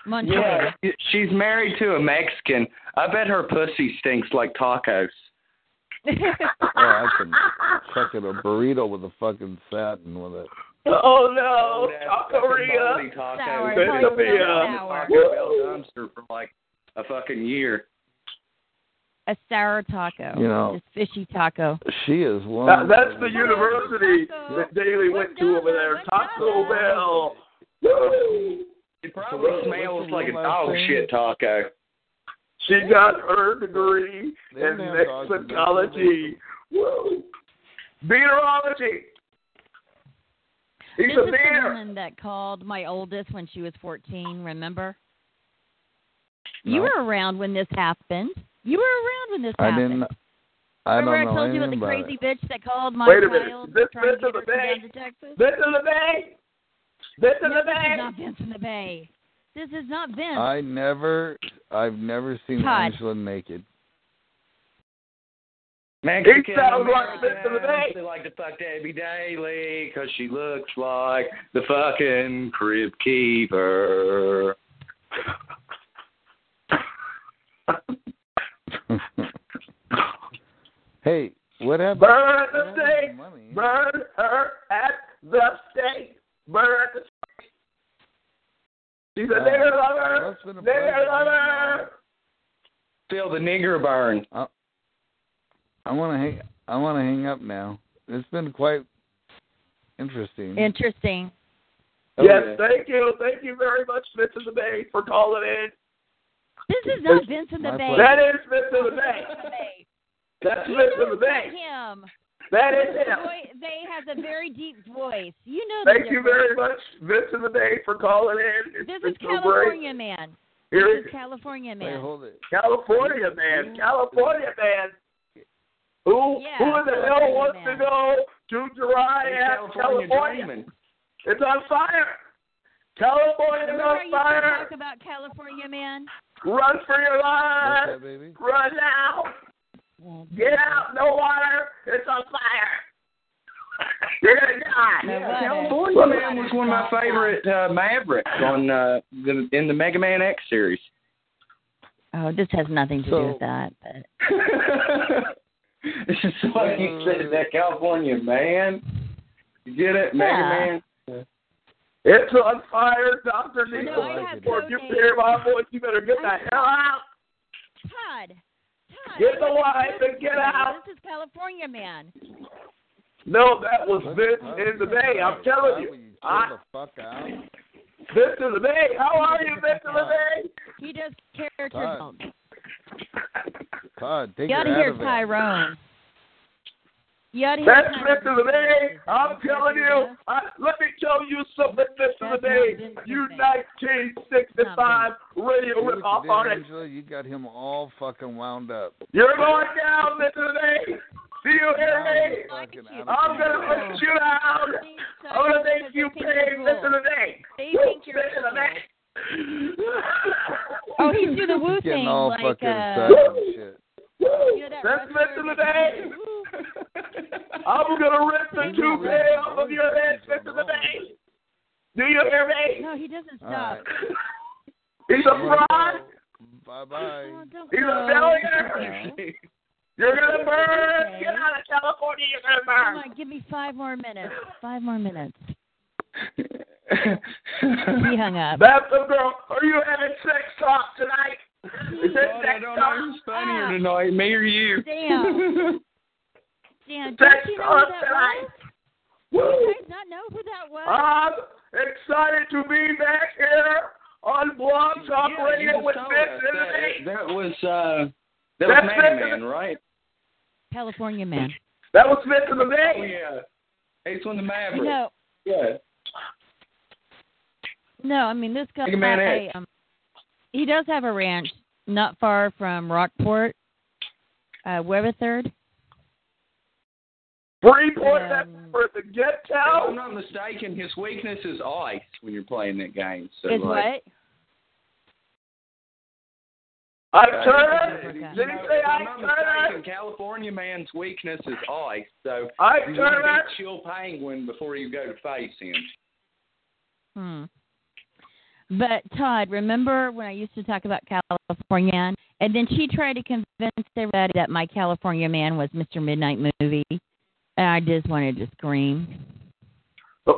[SPEAKER 2] Montoya.
[SPEAKER 7] Yeah, she's married to a Mexican. I bet her pussy stinks like tacos.
[SPEAKER 6] Oh, I can check it. A burrito with a fucking satin with it.
[SPEAKER 3] Oh no, Taco
[SPEAKER 7] Maria.
[SPEAKER 3] Ria.
[SPEAKER 2] Sour.
[SPEAKER 3] Good to be,
[SPEAKER 2] Probably
[SPEAKER 3] uh,
[SPEAKER 2] sour.
[SPEAKER 7] Taco Bell dumpster for like a fucking year.
[SPEAKER 2] a sour taco,
[SPEAKER 6] You know.
[SPEAKER 2] this fishy taco.
[SPEAKER 6] She is one.
[SPEAKER 3] That,
[SPEAKER 6] of
[SPEAKER 3] that's the
[SPEAKER 6] those-
[SPEAKER 3] university
[SPEAKER 2] Taco.
[SPEAKER 3] that Daly went to over there. Taco Bell. Woo!
[SPEAKER 7] It probably
[SPEAKER 6] What's the-
[SPEAKER 7] smells
[SPEAKER 6] what's the
[SPEAKER 7] like a
[SPEAKER 6] little
[SPEAKER 7] dog
[SPEAKER 6] thing?
[SPEAKER 7] shit taco.
[SPEAKER 3] She got her degree in
[SPEAKER 6] Them damn dogs are
[SPEAKER 3] Mexicology. Woo! Beaterology. He's
[SPEAKER 2] this
[SPEAKER 3] a
[SPEAKER 2] is the
[SPEAKER 3] beer.
[SPEAKER 2] woman that called my oldest when she was 14. Remember? You
[SPEAKER 6] No.
[SPEAKER 2] were around when this happened. You were around when this
[SPEAKER 6] I
[SPEAKER 2] happened.
[SPEAKER 6] didn't. I
[SPEAKER 2] Remember,
[SPEAKER 6] don't know
[SPEAKER 2] told you about
[SPEAKER 6] anything
[SPEAKER 2] the
[SPEAKER 6] about
[SPEAKER 2] crazy
[SPEAKER 6] it.
[SPEAKER 2] bitch that called my
[SPEAKER 3] Wait a minute.
[SPEAKER 2] child
[SPEAKER 3] This
[SPEAKER 2] trying to
[SPEAKER 3] bitch
[SPEAKER 2] get
[SPEAKER 3] in
[SPEAKER 2] her
[SPEAKER 3] the
[SPEAKER 2] down
[SPEAKER 3] Bay.
[SPEAKER 2] to Texas?
[SPEAKER 3] This is the Bay. This is
[SPEAKER 2] No,
[SPEAKER 3] the
[SPEAKER 2] this is
[SPEAKER 3] Bay.
[SPEAKER 2] not Vince in the Bay. This is not Vince.
[SPEAKER 6] I never. I've never seen
[SPEAKER 2] Todd.
[SPEAKER 6] Angela naked.
[SPEAKER 7] Mexican
[SPEAKER 3] sounds like Mr. Levay.
[SPEAKER 7] They like to fuck Debbie Daly because she looks like the fucking crib keeper.
[SPEAKER 6] hey, what
[SPEAKER 3] Burn
[SPEAKER 6] happened? what
[SPEAKER 3] the
[SPEAKER 6] happened to
[SPEAKER 3] stake.
[SPEAKER 6] money?
[SPEAKER 3] Burn her at the stake. Burn at the stake. She's a
[SPEAKER 6] Uh,
[SPEAKER 3] nigger lover.
[SPEAKER 6] that's been a
[SPEAKER 3] Nigger
[SPEAKER 6] pleasure.
[SPEAKER 3] lover.
[SPEAKER 7] Feel the nigger burn.
[SPEAKER 6] I want to hang. I want to hang up now. It's been quite interesting.
[SPEAKER 2] Interesting.
[SPEAKER 3] Yes,
[SPEAKER 7] Okay.
[SPEAKER 3] thank you. Thank you very much, Mrs. the Bay, for calling in.
[SPEAKER 2] This is not Vince in the
[SPEAKER 6] My
[SPEAKER 2] Bay.
[SPEAKER 6] pleasure.
[SPEAKER 3] That is Mr. the Bay. That's
[SPEAKER 2] You
[SPEAKER 3] Mr.
[SPEAKER 2] know
[SPEAKER 3] the
[SPEAKER 2] it's
[SPEAKER 3] Bay.
[SPEAKER 2] not him.
[SPEAKER 3] That
[SPEAKER 2] His
[SPEAKER 3] is him.
[SPEAKER 2] voi- They has a very deep voice. You know. the
[SPEAKER 3] Thank you
[SPEAKER 2] difference.
[SPEAKER 3] very much, Mr. the Bay, for calling in. It's
[SPEAKER 2] This
[SPEAKER 3] been
[SPEAKER 2] is
[SPEAKER 3] so great.
[SPEAKER 2] California man.
[SPEAKER 3] Here
[SPEAKER 2] This
[SPEAKER 3] is
[SPEAKER 2] is California
[SPEAKER 6] Wait,
[SPEAKER 2] man.
[SPEAKER 6] hold it.
[SPEAKER 3] California man, California man. Who
[SPEAKER 2] Yeah,
[SPEAKER 3] who in the hell
[SPEAKER 2] California
[SPEAKER 3] wants to
[SPEAKER 2] man.
[SPEAKER 3] go to dry
[SPEAKER 7] Hey,
[SPEAKER 3] ass California?
[SPEAKER 7] dreaming.
[SPEAKER 3] It's on fire. California's
[SPEAKER 2] Remember I
[SPEAKER 3] on
[SPEAKER 2] used to
[SPEAKER 3] fire.
[SPEAKER 2] talk about California man?
[SPEAKER 3] Run for your
[SPEAKER 6] What's
[SPEAKER 3] life.
[SPEAKER 6] that, baby?
[SPEAKER 3] Run now. Get out. No water. It's on fire. You're gonna
[SPEAKER 2] No
[SPEAKER 3] die.
[SPEAKER 2] water.
[SPEAKER 7] California Man was one of my favorite uh, Mavericks on uh, the, in the Mega Man X series.
[SPEAKER 2] Oh, this has nothing to
[SPEAKER 6] So-
[SPEAKER 2] do with that. But
[SPEAKER 7] this is why you said that California man. You get it, Mega
[SPEAKER 2] Yeah.
[SPEAKER 7] Man.
[SPEAKER 3] It's on fire, Doctor
[SPEAKER 6] No,
[SPEAKER 3] Nico.
[SPEAKER 6] I have
[SPEAKER 3] If you
[SPEAKER 2] no
[SPEAKER 3] hear my voice, you better get the
[SPEAKER 2] I-
[SPEAKER 3] hell out.
[SPEAKER 2] Todd, Todd,
[SPEAKER 3] Get the
[SPEAKER 2] I
[SPEAKER 3] wife and
[SPEAKER 2] wasn't
[SPEAKER 3] get
[SPEAKER 2] talking about
[SPEAKER 3] out.
[SPEAKER 2] you. This is California man.
[SPEAKER 3] No, that was
[SPEAKER 6] What?
[SPEAKER 3] Vince
[SPEAKER 6] Why-
[SPEAKER 3] in the Bay.
[SPEAKER 6] why
[SPEAKER 3] I'm telling
[SPEAKER 6] would
[SPEAKER 3] you.
[SPEAKER 6] chill
[SPEAKER 3] I-
[SPEAKER 6] the fuck out.
[SPEAKER 3] Vince in the Bay. How are you, Vince in the Bay?
[SPEAKER 2] He does character
[SPEAKER 6] Todd,
[SPEAKER 2] builds.
[SPEAKER 6] Todd, take
[SPEAKER 2] You ought
[SPEAKER 6] her
[SPEAKER 2] to
[SPEAKER 6] out
[SPEAKER 2] hear
[SPEAKER 6] of it.
[SPEAKER 2] Tyrone. You ought to hear
[SPEAKER 3] That's
[SPEAKER 2] Tyrone.
[SPEAKER 3] Vince in the Bay. I'm telling you. I, let me tell you something, Vince in the
[SPEAKER 2] That's
[SPEAKER 3] Bay.
[SPEAKER 2] not Vince in
[SPEAKER 3] You
[SPEAKER 2] the Bay.
[SPEAKER 3] 1965 radio
[SPEAKER 6] Look at
[SPEAKER 3] ripoff
[SPEAKER 6] that,
[SPEAKER 3] on it.
[SPEAKER 6] Angela, you got him all fucking wound up.
[SPEAKER 3] You're going down, Vince in the Bay. Do you hear me?
[SPEAKER 2] Like you.
[SPEAKER 3] I'm going to put you down. I'm going to make you pay, Vince in the Bay.
[SPEAKER 2] They think you're
[SPEAKER 3] Vince in the Bay.
[SPEAKER 2] Oh, he's doing the woo
[SPEAKER 6] Getting
[SPEAKER 2] thing,
[SPEAKER 6] all
[SPEAKER 2] like
[SPEAKER 6] fucking sad
[SPEAKER 2] uh,
[SPEAKER 6] and shit.
[SPEAKER 2] you know that
[SPEAKER 3] That's
[SPEAKER 2] wrestler
[SPEAKER 3] Vince in the
[SPEAKER 2] that
[SPEAKER 3] Bay.
[SPEAKER 2] does the woo?
[SPEAKER 3] I'm gonna rip the
[SPEAKER 6] He's not
[SPEAKER 3] toupee
[SPEAKER 6] wrong.
[SPEAKER 3] off of your head,
[SPEAKER 6] He's not
[SPEAKER 3] Mr. the
[SPEAKER 6] wrong.
[SPEAKER 3] Bay. Do you hear me?
[SPEAKER 2] No, he doesn't
[SPEAKER 6] All
[SPEAKER 2] stop.
[SPEAKER 6] right.
[SPEAKER 3] He's a fraud.
[SPEAKER 6] Bye bye.
[SPEAKER 2] Oh, don't
[SPEAKER 3] He's a
[SPEAKER 2] go.
[SPEAKER 3] failure.
[SPEAKER 2] Okay.
[SPEAKER 3] You're gonna burn.
[SPEAKER 2] Okay.
[SPEAKER 3] Get out of California. You're
[SPEAKER 7] Oh
[SPEAKER 3] gonna
[SPEAKER 2] Come
[SPEAKER 3] burn.
[SPEAKER 2] on, give me five more minutes. Five more minutes. He
[SPEAKER 7] yeah.
[SPEAKER 2] hung up.
[SPEAKER 3] That's a girl. Are you having sex talk tonight? Is this
[SPEAKER 7] God, I
[SPEAKER 3] sex
[SPEAKER 7] don't know
[SPEAKER 3] talk?
[SPEAKER 7] who's funnier tonight, me or you.
[SPEAKER 2] Damn. Damn,
[SPEAKER 3] Sex
[SPEAKER 2] don't you know
[SPEAKER 3] talk
[SPEAKER 2] who that
[SPEAKER 3] tonight.
[SPEAKER 2] was?
[SPEAKER 3] Woo!
[SPEAKER 2] You guys not know who that was?
[SPEAKER 3] I'm excited to be back here on Blog Talk
[SPEAKER 7] Yeah, you
[SPEAKER 3] Radio
[SPEAKER 7] just
[SPEAKER 3] with
[SPEAKER 7] told
[SPEAKER 3] Vince
[SPEAKER 7] us
[SPEAKER 3] in the
[SPEAKER 7] that.
[SPEAKER 3] Bay.
[SPEAKER 7] That was uh, that
[SPEAKER 3] That's
[SPEAKER 7] was
[SPEAKER 3] Vince
[SPEAKER 7] Mega
[SPEAKER 3] in the-
[SPEAKER 7] Man, right?
[SPEAKER 2] California man.
[SPEAKER 3] That was Vince in the Bay.
[SPEAKER 7] Oh yeah, Ace on the
[SPEAKER 2] You
[SPEAKER 7] Maverick.
[SPEAKER 2] know,
[SPEAKER 7] Yeah.
[SPEAKER 2] no, I mean this guy.
[SPEAKER 7] Mega Man
[SPEAKER 2] I, um, he does have a ranch not far from Rockport, uh, Weatherford.
[SPEAKER 3] Freeport, that's
[SPEAKER 2] Um,
[SPEAKER 3] for the get
[SPEAKER 7] If I'm
[SPEAKER 3] town.
[SPEAKER 7] not mistaken, his weakness is ice when you're playing that game. So
[SPEAKER 2] Is
[SPEAKER 7] like,
[SPEAKER 2] what?
[SPEAKER 3] I'm
[SPEAKER 7] Uh,
[SPEAKER 3] Turner.
[SPEAKER 7] you know,
[SPEAKER 3] Did he say
[SPEAKER 7] if
[SPEAKER 3] I'm
[SPEAKER 7] I'm not
[SPEAKER 3] Turner?
[SPEAKER 7] mistaken, California man's weakness is ice, so
[SPEAKER 3] I'm
[SPEAKER 7] you want
[SPEAKER 3] Turner.
[SPEAKER 7] to be chill penguin before you go to face him.
[SPEAKER 2] Hmm. But Todd, remember when I used to talk about California man? And then she tried to convince everybody that my California man was Mr. Midnight Movie. And I just wanted to scream.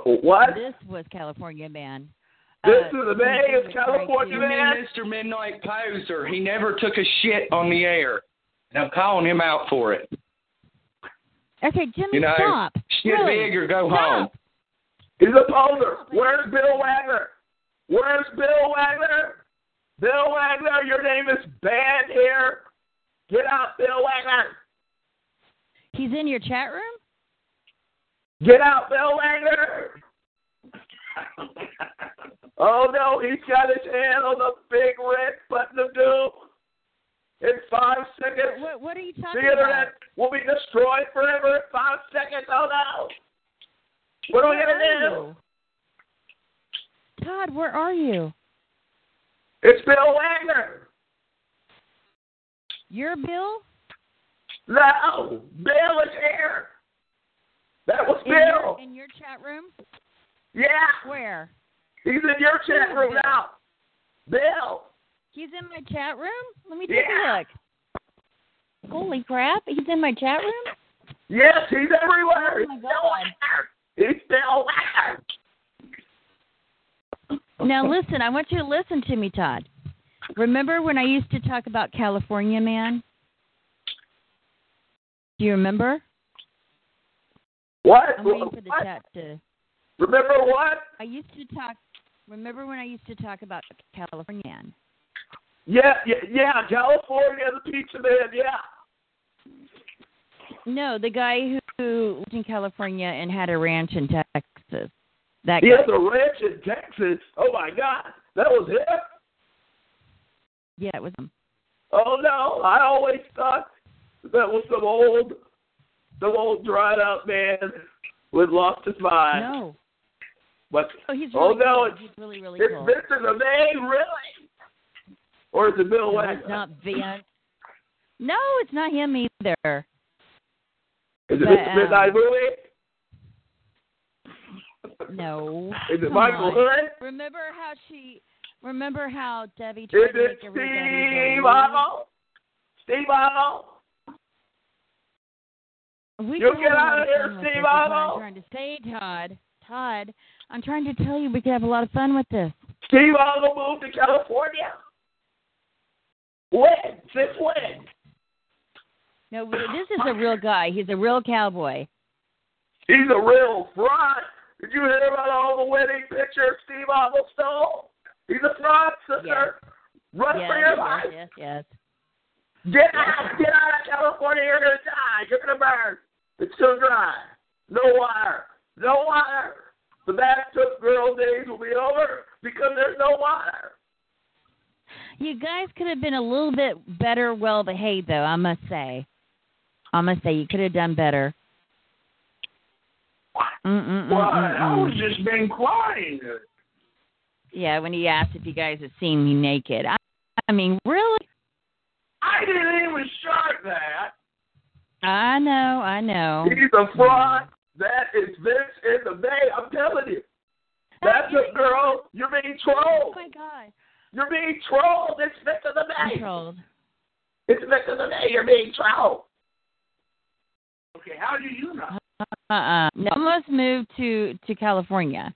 [SPEAKER 3] What?
[SPEAKER 2] This was California man.
[SPEAKER 3] This
[SPEAKER 2] Uh,
[SPEAKER 3] is the Bay of
[SPEAKER 2] Frankie-
[SPEAKER 3] California,
[SPEAKER 7] You
[SPEAKER 3] man.
[SPEAKER 7] mean Mr. Midnight Poser? He never took a shit on the air. And I'm calling him out for it.
[SPEAKER 2] Okay, Jimmy,
[SPEAKER 7] You know,
[SPEAKER 2] stop.
[SPEAKER 7] Shit
[SPEAKER 2] Really.
[SPEAKER 7] big or go
[SPEAKER 2] Stop.
[SPEAKER 7] home.
[SPEAKER 3] He's a
[SPEAKER 2] Oh,
[SPEAKER 3] poser. Where's Bill Wagner? Where's Bill Wagner? Bill Wagner, your name is banned here. Get out, Bill Wagner.
[SPEAKER 2] He's in your chat room?
[SPEAKER 3] Get out, Bill Wagner. oh no, he's got his hand on the big red button of doom. In five seconds,
[SPEAKER 2] What, what are you
[SPEAKER 3] the
[SPEAKER 2] talking about?
[SPEAKER 3] internet will be destroyed forever. In five seconds, oh no. What are we
[SPEAKER 2] Where
[SPEAKER 3] gonna
[SPEAKER 2] are
[SPEAKER 3] do?
[SPEAKER 2] you? Todd, where are you?
[SPEAKER 3] It's Bill Wagner.
[SPEAKER 2] You're Bill?
[SPEAKER 3] No, Bill is here. That was
[SPEAKER 2] In your,
[SPEAKER 3] Bill.
[SPEAKER 2] in your chat room?
[SPEAKER 3] Yeah,
[SPEAKER 2] Where?
[SPEAKER 3] he's in your chat room
[SPEAKER 2] Bill.
[SPEAKER 3] now. Bill.
[SPEAKER 2] He's in my chat room? Let me take
[SPEAKER 3] Yeah.
[SPEAKER 2] a look. Holy crap, he's in my chat room?
[SPEAKER 3] Yes, he's everywhere.
[SPEAKER 2] Oh, my God.
[SPEAKER 3] He's Bill Wagner.
[SPEAKER 2] Now listen, I want you to listen to me, Todd. Remember when I used to talk about California man? Do you remember?
[SPEAKER 3] What?
[SPEAKER 2] I'm waiting for the
[SPEAKER 3] What?
[SPEAKER 2] chat to
[SPEAKER 3] Remember what?
[SPEAKER 2] I used to talk remember when I used to talk about California man?
[SPEAKER 3] Yeah, yeah, yeah. California, the pizza man. Yeah,
[SPEAKER 2] No, the guy who, who lived in California and had a ranch in Texas. That
[SPEAKER 3] he
[SPEAKER 2] guy.
[SPEAKER 3] has a ranch in Texas. Oh my God, that was him.
[SPEAKER 2] Yeah, it was him.
[SPEAKER 3] Oh no, I always thought that was some old, some old dried out man who had lost his mind.
[SPEAKER 2] No.
[SPEAKER 3] But
[SPEAKER 2] Oh, he's really
[SPEAKER 3] Oh, no,
[SPEAKER 2] cool.
[SPEAKER 3] it's-
[SPEAKER 2] he's really, really
[SPEAKER 3] it's
[SPEAKER 2] cool.
[SPEAKER 3] Mr. the name, really, or is it Bill
[SPEAKER 2] No, it's
[SPEAKER 3] Wagner?
[SPEAKER 2] not Van. No, it's not him either.
[SPEAKER 3] Is it
[SPEAKER 2] but,
[SPEAKER 3] Mr.
[SPEAKER 2] um,
[SPEAKER 3] Midnight Movie?
[SPEAKER 2] No.
[SPEAKER 3] Is it
[SPEAKER 2] Come
[SPEAKER 3] Michael
[SPEAKER 2] on.
[SPEAKER 3] Hood?
[SPEAKER 2] Remember how she? Remember how Debbie tried
[SPEAKER 3] Is
[SPEAKER 2] to
[SPEAKER 3] it
[SPEAKER 2] make everybody
[SPEAKER 3] Steve
[SPEAKER 2] go,
[SPEAKER 3] Otto? Steve Otto?
[SPEAKER 2] We
[SPEAKER 3] You
[SPEAKER 2] can
[SPEAKER 3] get
[SPEAKER 2] have
[SPEAKER 3] out of
[SPEAKER 2] a lot
[SPEAKER 3] here,
[SPEAKER 2] fun with
[SPEAKER 3] Steve
[SPEAKER 2] this, is what
[SPEAKER 3] Otto.
[SPEAKER 2] I'm trying to say, Todd. Todd, I'm trying to tell you we could have a lot of fun with this.
[SPEAKER 3] Steve Allen moved to California. When? Since when?
[SPEAKER 2] No, we- this is a real guy. He's a real cowboy.
[SPEAKER 3] He's a real fraud. Did you hear about all the wedding pictures Steve Allen stole? He's a fraud, sister. Run
[SPEAKER 2] yes,
[SPEAKER 3] for your
[SPEAKER 2] yes,
[SPEAKER 3] life.
[SPEAKER 2] yes, yes.
[SPEAKER 3] Get out. Get out of California. You're going to die. You're going to burn. It's so dry. No water. No water. The back took girl days will be over because there's no water.
[SPEAKER 2] You guys could have been a little bit better well behaved, though, I must say. I must say, you could have done better. Mm-mm-mm-mm-mm.
[SPEAKER 3] just being quiet.
[SPEAKER 2] Yeah, when he asked if you guys had seen me naked. I, I mean, really?
[SPEAKER 3] I didn't even start that.
[SPEAKER 2] I know, I know.
[SPEAKER 3] He's a fraud. That is Vince in the Bay. I'm telling you. That's a girl. You're being
[SPEAKER 2] Oh
[SPEAKER 3] trolled.
[SPEAKER 2] my god.
[SPEAKER 3] You're being trolled. It's Vince in the
[SPEAKER 2] I'm
[SPEAKER 3] Bay.
[SPEAKER 2] trolled.
[SPEAKER 3] It's Vince in the Bay. You're being trolled. Okay, how do you know?
[SPEAKER 2] Uh-uh. No, I almost moved to to California.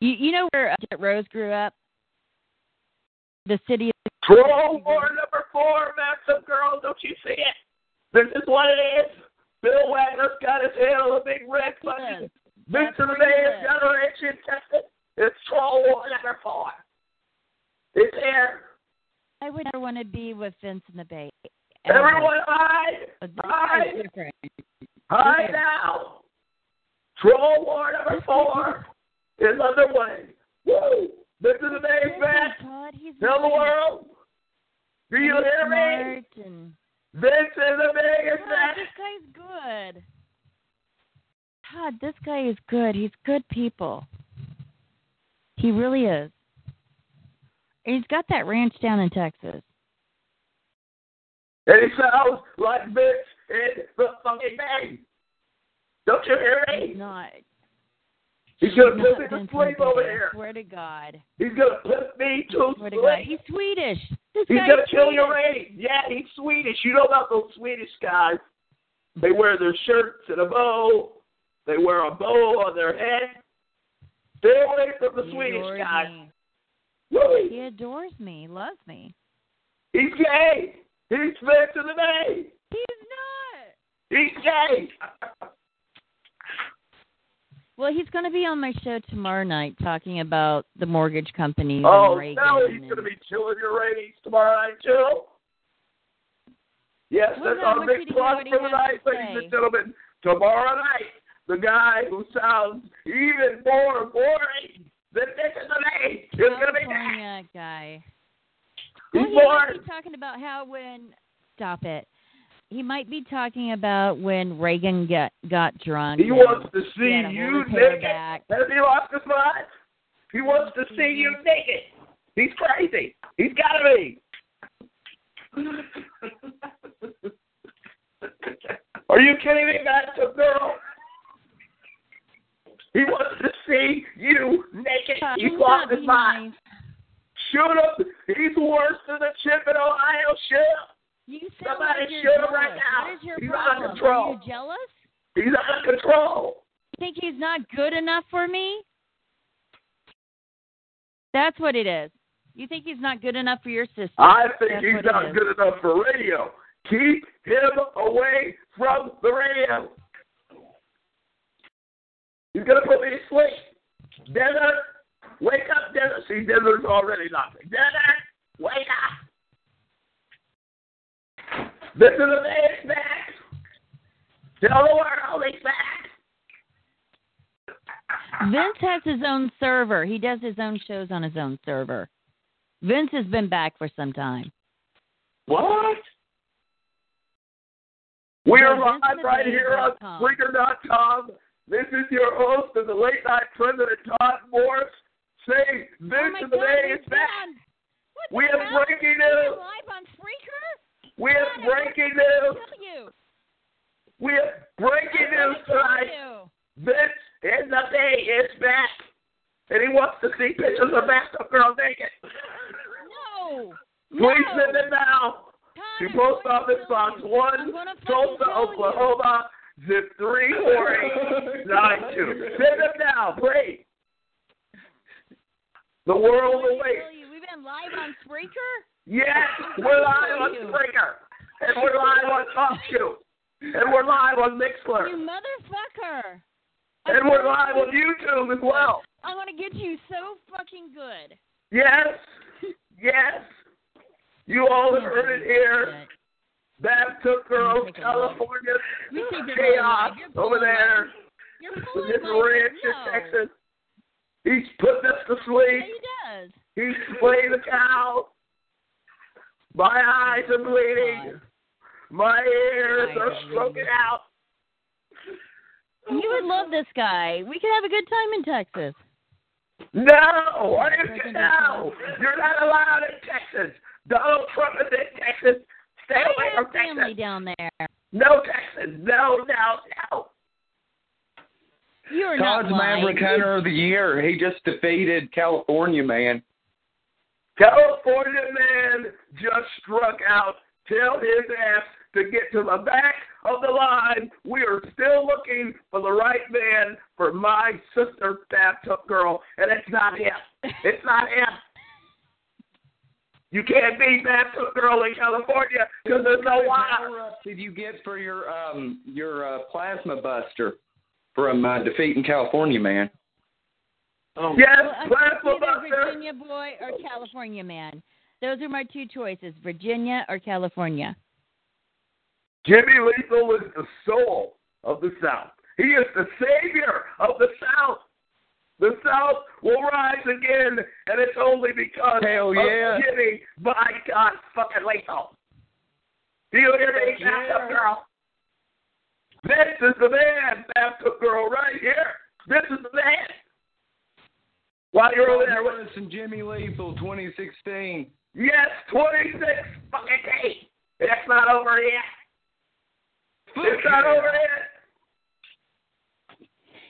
[SPEAKER 2] You you know where uh, Jet Rose grew up? The city of
[SPEAKER 3] Troll war number four. That's a girl. Don't you see it? This is what it is. Bill Wagner's got his head on a big red button. Vince in the Bay has got her ancient tested. It's troll war number four. It's here.
[SPEAKER 2] I would never want to be with Vince in the Bay. ever.
[SPEAKER 3] Everyone hide.
[SPEAKER 2] But this
[SPEAKER 3] hide.
[SPEAKER 2] is different.
[SPEAKER 3] Hi
[SPEAKER 2] Okay.
[SPEAKER 3] now. Troll war number four is underway. Woo! This is the day's match.
[SPEAKER 2] Todd, he's
[SPEAKER 3] Tell the
[SPEAKER 2] really
[SPEAKER 3] world. Do you hear me?
[SPEAKER 2] smart and-
[SPEAKER 3] This is the biggest
[SPEAKER 2] Todd,
[SPEAKER 3] match.
[SPEAKER 2] this guy's good. Todd, this guy is good. He's good people. He really is. And he's got that ranch down in Texas.
[SPEAKER 3] And it sounds like Vince in the fucking bang. Don't you hear
[SPEAKER 2] He's
[SPEAKER 3] me?
[SPEAKER 2] not.
[SPEAKER 3] He's gonna
[SPEAKER 2] he's
[SPEAKER 3] put
[SPEAKER 2] not
[SPEAKER 3] me to
[SPEAKER 2] Vince
[SPEAKER 3] sleep
[SPEAKER 2] McMahon,
[SPEAKER 3] over
[SPEAKER 2] I
[SPEAKER 3] here.
[SPEAKER 2] Swear to God.
[SPEAKER 3] He's gonna put me to
[SPEAKER 2] Swear to God.
[SPEAKER 3] sleep.
[SPEAKER 2] He's Swedish. This
[SPEAKER 3] He's
[SPEAKER 2] guy's
[SPEAKER 3] gonna kill your
[SPEAKER 2] Swedish.
[SPEAKER 3] rating. Yeah, he's Swedish. You know about those Swedish guys. They wear their shirts in a bow. They wear a bow on their head. Stay away from the
[SPEAKER 2] He
[SPEAKER 3] Swedish
[SPEAKER 2] adores
[SPEAKER 3] guys.
[SPEAKER 2] me.
[SPEAKER 3] Woo!
[SPEAKER 2] He adores me. Loves me.
[SPEAKER 3] He's gay. He's fair to the name.
[SPEAKER 2] He's not.
[SPEAKER 3] He's gay.
[SPEAKER 2] Well, he's going to be on my show tomorrow night talking about the mortgage companies.
[SPEAKER 3] oh,
[SPEAKER 2] and Reagan
[SPEAKER 3] no, he's
[SPEAKER 2] and-
[SPEAKER 3] going to be chilling your ratings tomorrow night, too. Yes,
[SPEAKER 2] Well,
[SPEAKER 3] that's
[SPEAKER 2] no,
[SPEAKER 3] our
[SPEAKER 2] we're
[SPEAKER 3] big
[SPEAKER 2] treating
[SPEAKER 3] plot
[SPEAKER 2] what he
[SPEAKER 3] for
[SPEAKER 2] has
[SPEAKER 3] tonight,
[SPEAKER 2] to
[SPEAKER 3] ladies
[SPEAKER 2] say.
[SPEAKER 3] and gentlemen. Tomorrow night, the guy who sounds even more boring than Nick in the Name is going to be back.
[SPEAKER 2] California guy.
[SPEAKER 3] He's
[SPEAKER 2] Well, he might
[SPEAKER 3] bored.
[SPEAKER 2] be talking about how when stop it. He might be talking about when Reagan got got drunk.
[SPEAKER 3] He
[SPEAKER 2] and
[SPEAKER 3] wants to
[SPEAKER 2] he
[SPEAKER 3] see
[SPEAKER 2] had a
[SPEAKER 3] you
[SPEAKER 2] whole repair
[SPEAKER 3] naked.
[SPEAKER 2] back.
[SPEAKER 3] Has he lost his mind? He wants to see you
[SPEAKER 2] Mm-hmm.
[SPEAKER 3] naked. He's crazy. He's got to be. Are you kidding me? That's a girl. He wants to see you naked.
[SPEAKER 2] Uh,
[SPEAKER 3] He's
[SPEAKER 2] he's
[SPEAKER 3] lost
[SPEAKER 2] not
[SPEAKER 3] his mind.
[SPEAKER 2] behind.
[SPEAKER 3] Shoot him. He's worse than a chip in Ohio. Shoot him.
[SPEAKER 2] You sound
[SPEAKER 3] Somebody
[SPEAKER 2] like you're
[SPEAKER 3] shoot him
[SPEAKER 2] jealous.
[SPEAKER 3] right now.
[SPEAKER 2] What is your
[SPEAKER 3] He's out of
[SPEAKER 2] problem? Are
[SPEAKER 3] control.
[SPEAKER 2] you jealous?
[SPEAKER 3] He's out of control.
[SPEAKER 2] You think he's not good enough for me? That's what it is. You think he's not good enough for your sister?
[SPEAKER 3] I think
[SPEAKER 2] That's
[SPEAKER 3] he's
[SPEAKER 2] what it
[SPEAKER 3] not
[SPEAKER 2] is.
[SPEAKER 3] good enough for radio. Keep him away from the radio. He's gonna put me to sleep. Dennis, wake up, Dennis. See, Dennis already nothing. Dennis, wake up. This is the man's back. Tell the world he's back.
[SPEAKER 2] Vince has his own server. He does his own shows on his own server. Vince has been back for some time.
[SPEAKER 3] What? We are
[SPEAKER 2] Yeah,
[SPEAKER 3] live
[SPEAKER 2] Vincent
[SPEAKER 3] right
[SPEAKER 2] Abates
[SPEAKER 3] here on
[SPEAKER 2] dot com.
[SPEAKER 3] Spreaker.com. This is your host of the late night president, Todd Morris. Say, this
[SPEAKER 2] oh my
[SPEAKER 3] is
[SPEAKER 2] God,
[SPEAKER 3] the day
[SPEAKER 2] he's
[SPEAKER 3] is back.
[SPEAKER 2] on- What
[SPEAKER 3] We
[SPEAKER 2] the
[SPEAKER 3] have
[SPEAKER 2] hell?
[SPEAKER 3] breaking
[SPEAKER 2] We're
[SPEAKER 3] news.
[SPEAKER 2] Live on Spreaker?
[SPEAKER 3] We have
[SPEAKER 2] God,
[SPEAKER 3] breaking
[SPEAKER 2] I'll
[SPEAKER 3] news.
[SPEAKER 2] kill you.
[SPEAKER 3] We have breaking
[SPEAKER 2] I'll
[SPEAKER 3] news
[SPEAKER 2] kill
[SPEAKER 3] tonight.
[SPEAKER 2] you.
[SPEAKER 3] This is the day is back. And he wants to see pictures of bathtub girl naked.
[SPEAKER 2] No.
[SPEAKER 3] Please
[SPEAKER 2] no.
[SPEAKER 3] send it now.
[SPEAKER 2] Todd,
[SPEAKER 3] to
[SPEAKER 2] I'm
[SPEAKER 3] post
[SPEAKER 2] going to
[SPEAKER 3] office
[SPEAKER 2] kill
[SPEAKER 3] box
[SPEAKER 2] you.
[SPEAKER 3] one,
[SPEAKER 2] I'm gonna fucking
[SPEAKER 3] Tulsa,
[SPEAKER 2] kill you.
[SPEAKER 3] Oklahoma, zip three four eight nine two. Send them now, please. The
[SPEAKER 2] I'm
[SPEAKER 3] world
[SPEAKER 2] gonna
[SPEAKER 3] awaits.
[SPEAKER 2] kill you. We've been live on Spreaker?
[SPEAKER 3] Yes, we're live on Springer, and we're live on TalkShoe, and we're live on
[SPEAKER 2] You
[SPEAKER 3] Mixler,
[SPEAKER 2] motherfucker. I'm
[SPEAKER 3] and we're
[SPEAKER 2] gonna
[SPEAKER 3] live
[SPEAKER 2] kill
[SPEAKER 3] on YouTube as well.
[SPEAKER 2] I'm going to get you so fucking good.
[SPEAKER 3] Yes, yes. You all have heard it here. Baptist Girls, California,
[SPEAKER 2] We think they're
[SPEAKER 3] chaos
[SPEAKER 2] live. You're
[SPEAKER 3] over
[SPEAKER 2] blowing
[SPEAKER 3] there.
[SPEAKER 2] You're
[SPEAKER 3] with
[SPEAKER 2] pulling
[SPEAKER 3] his
[SPEAKER 2] Oh my
[SPEAKER 3] ranch in
[SPEAKER 2] no.
[SPEAKER 3] Texas. He's putting us to
[SPEAKER 2] Yeah,
[SPEAKER 3] sleep.
[SPEAKER 2] he does.
[SPEAKER 3] He's playing the cow. My eyes are bleeding. My ears are smoking out.
[SPEAKER 2] You would love this guy. We could have a good time in Texas.
[SPEAKER 3] No, I am no. You're not allowed in Texas. Donald Trump is in Texas. Stay
[SPEAKER 2] I
[SPEAKER 3] away
[SPEAKER 2] have
[SPEAKER 3] from
[SPEAKER 2] family
[SPEAKER 3] Texas.
[SPEAKER 2] down there.
[SPEAKER 3] No Texas. No, no, no.
[SPEAKER 2] You are
[SPEAKER 7] Todd's
[SPEAKER 2] not lying.
[SPEAKER 7] Maverick Hunter of the Year. He just defeated California man.
[SPEAKER 3] California man just struck out. Tell his ass to get to the back of the line. We are still looking for the right man for my sister bathtub girl, and it's not him. It's not him. You can't be bathtub girl in California because there's no water.
[SPEAKER 7] Power up did you get for your um your uh, plasma buster from uh, defeating California man?
[SPEAKER 3] Yes,
[SPEAKER 2] Well, I'm
[SPEAKER 3] plasma
[SPEAKER 2] either
[SPEAKER 3] buster.
[SPEAKER 2] Virginia boy or California man. Those are my two choices, Virginia or California.
[SPEAKER 3] Jimmy Lethal is the soul of the South. He is the savior of the South. The South will rise again, and it's only because
[SPEAKER 7] Hell yeah.
[SPEAKER 3] of Jimmy, by God, fucking Lethal. Do you hear me, Baptist girl? This is the man, Baptist girl, right here. This is the man. While you're over there, with-
[SPEAKER 7] Lewis and Jimmy Lethal, 2016.
[SPEAKER 3] yes, 26 fucking eight. It's not over yet. It's not over yet.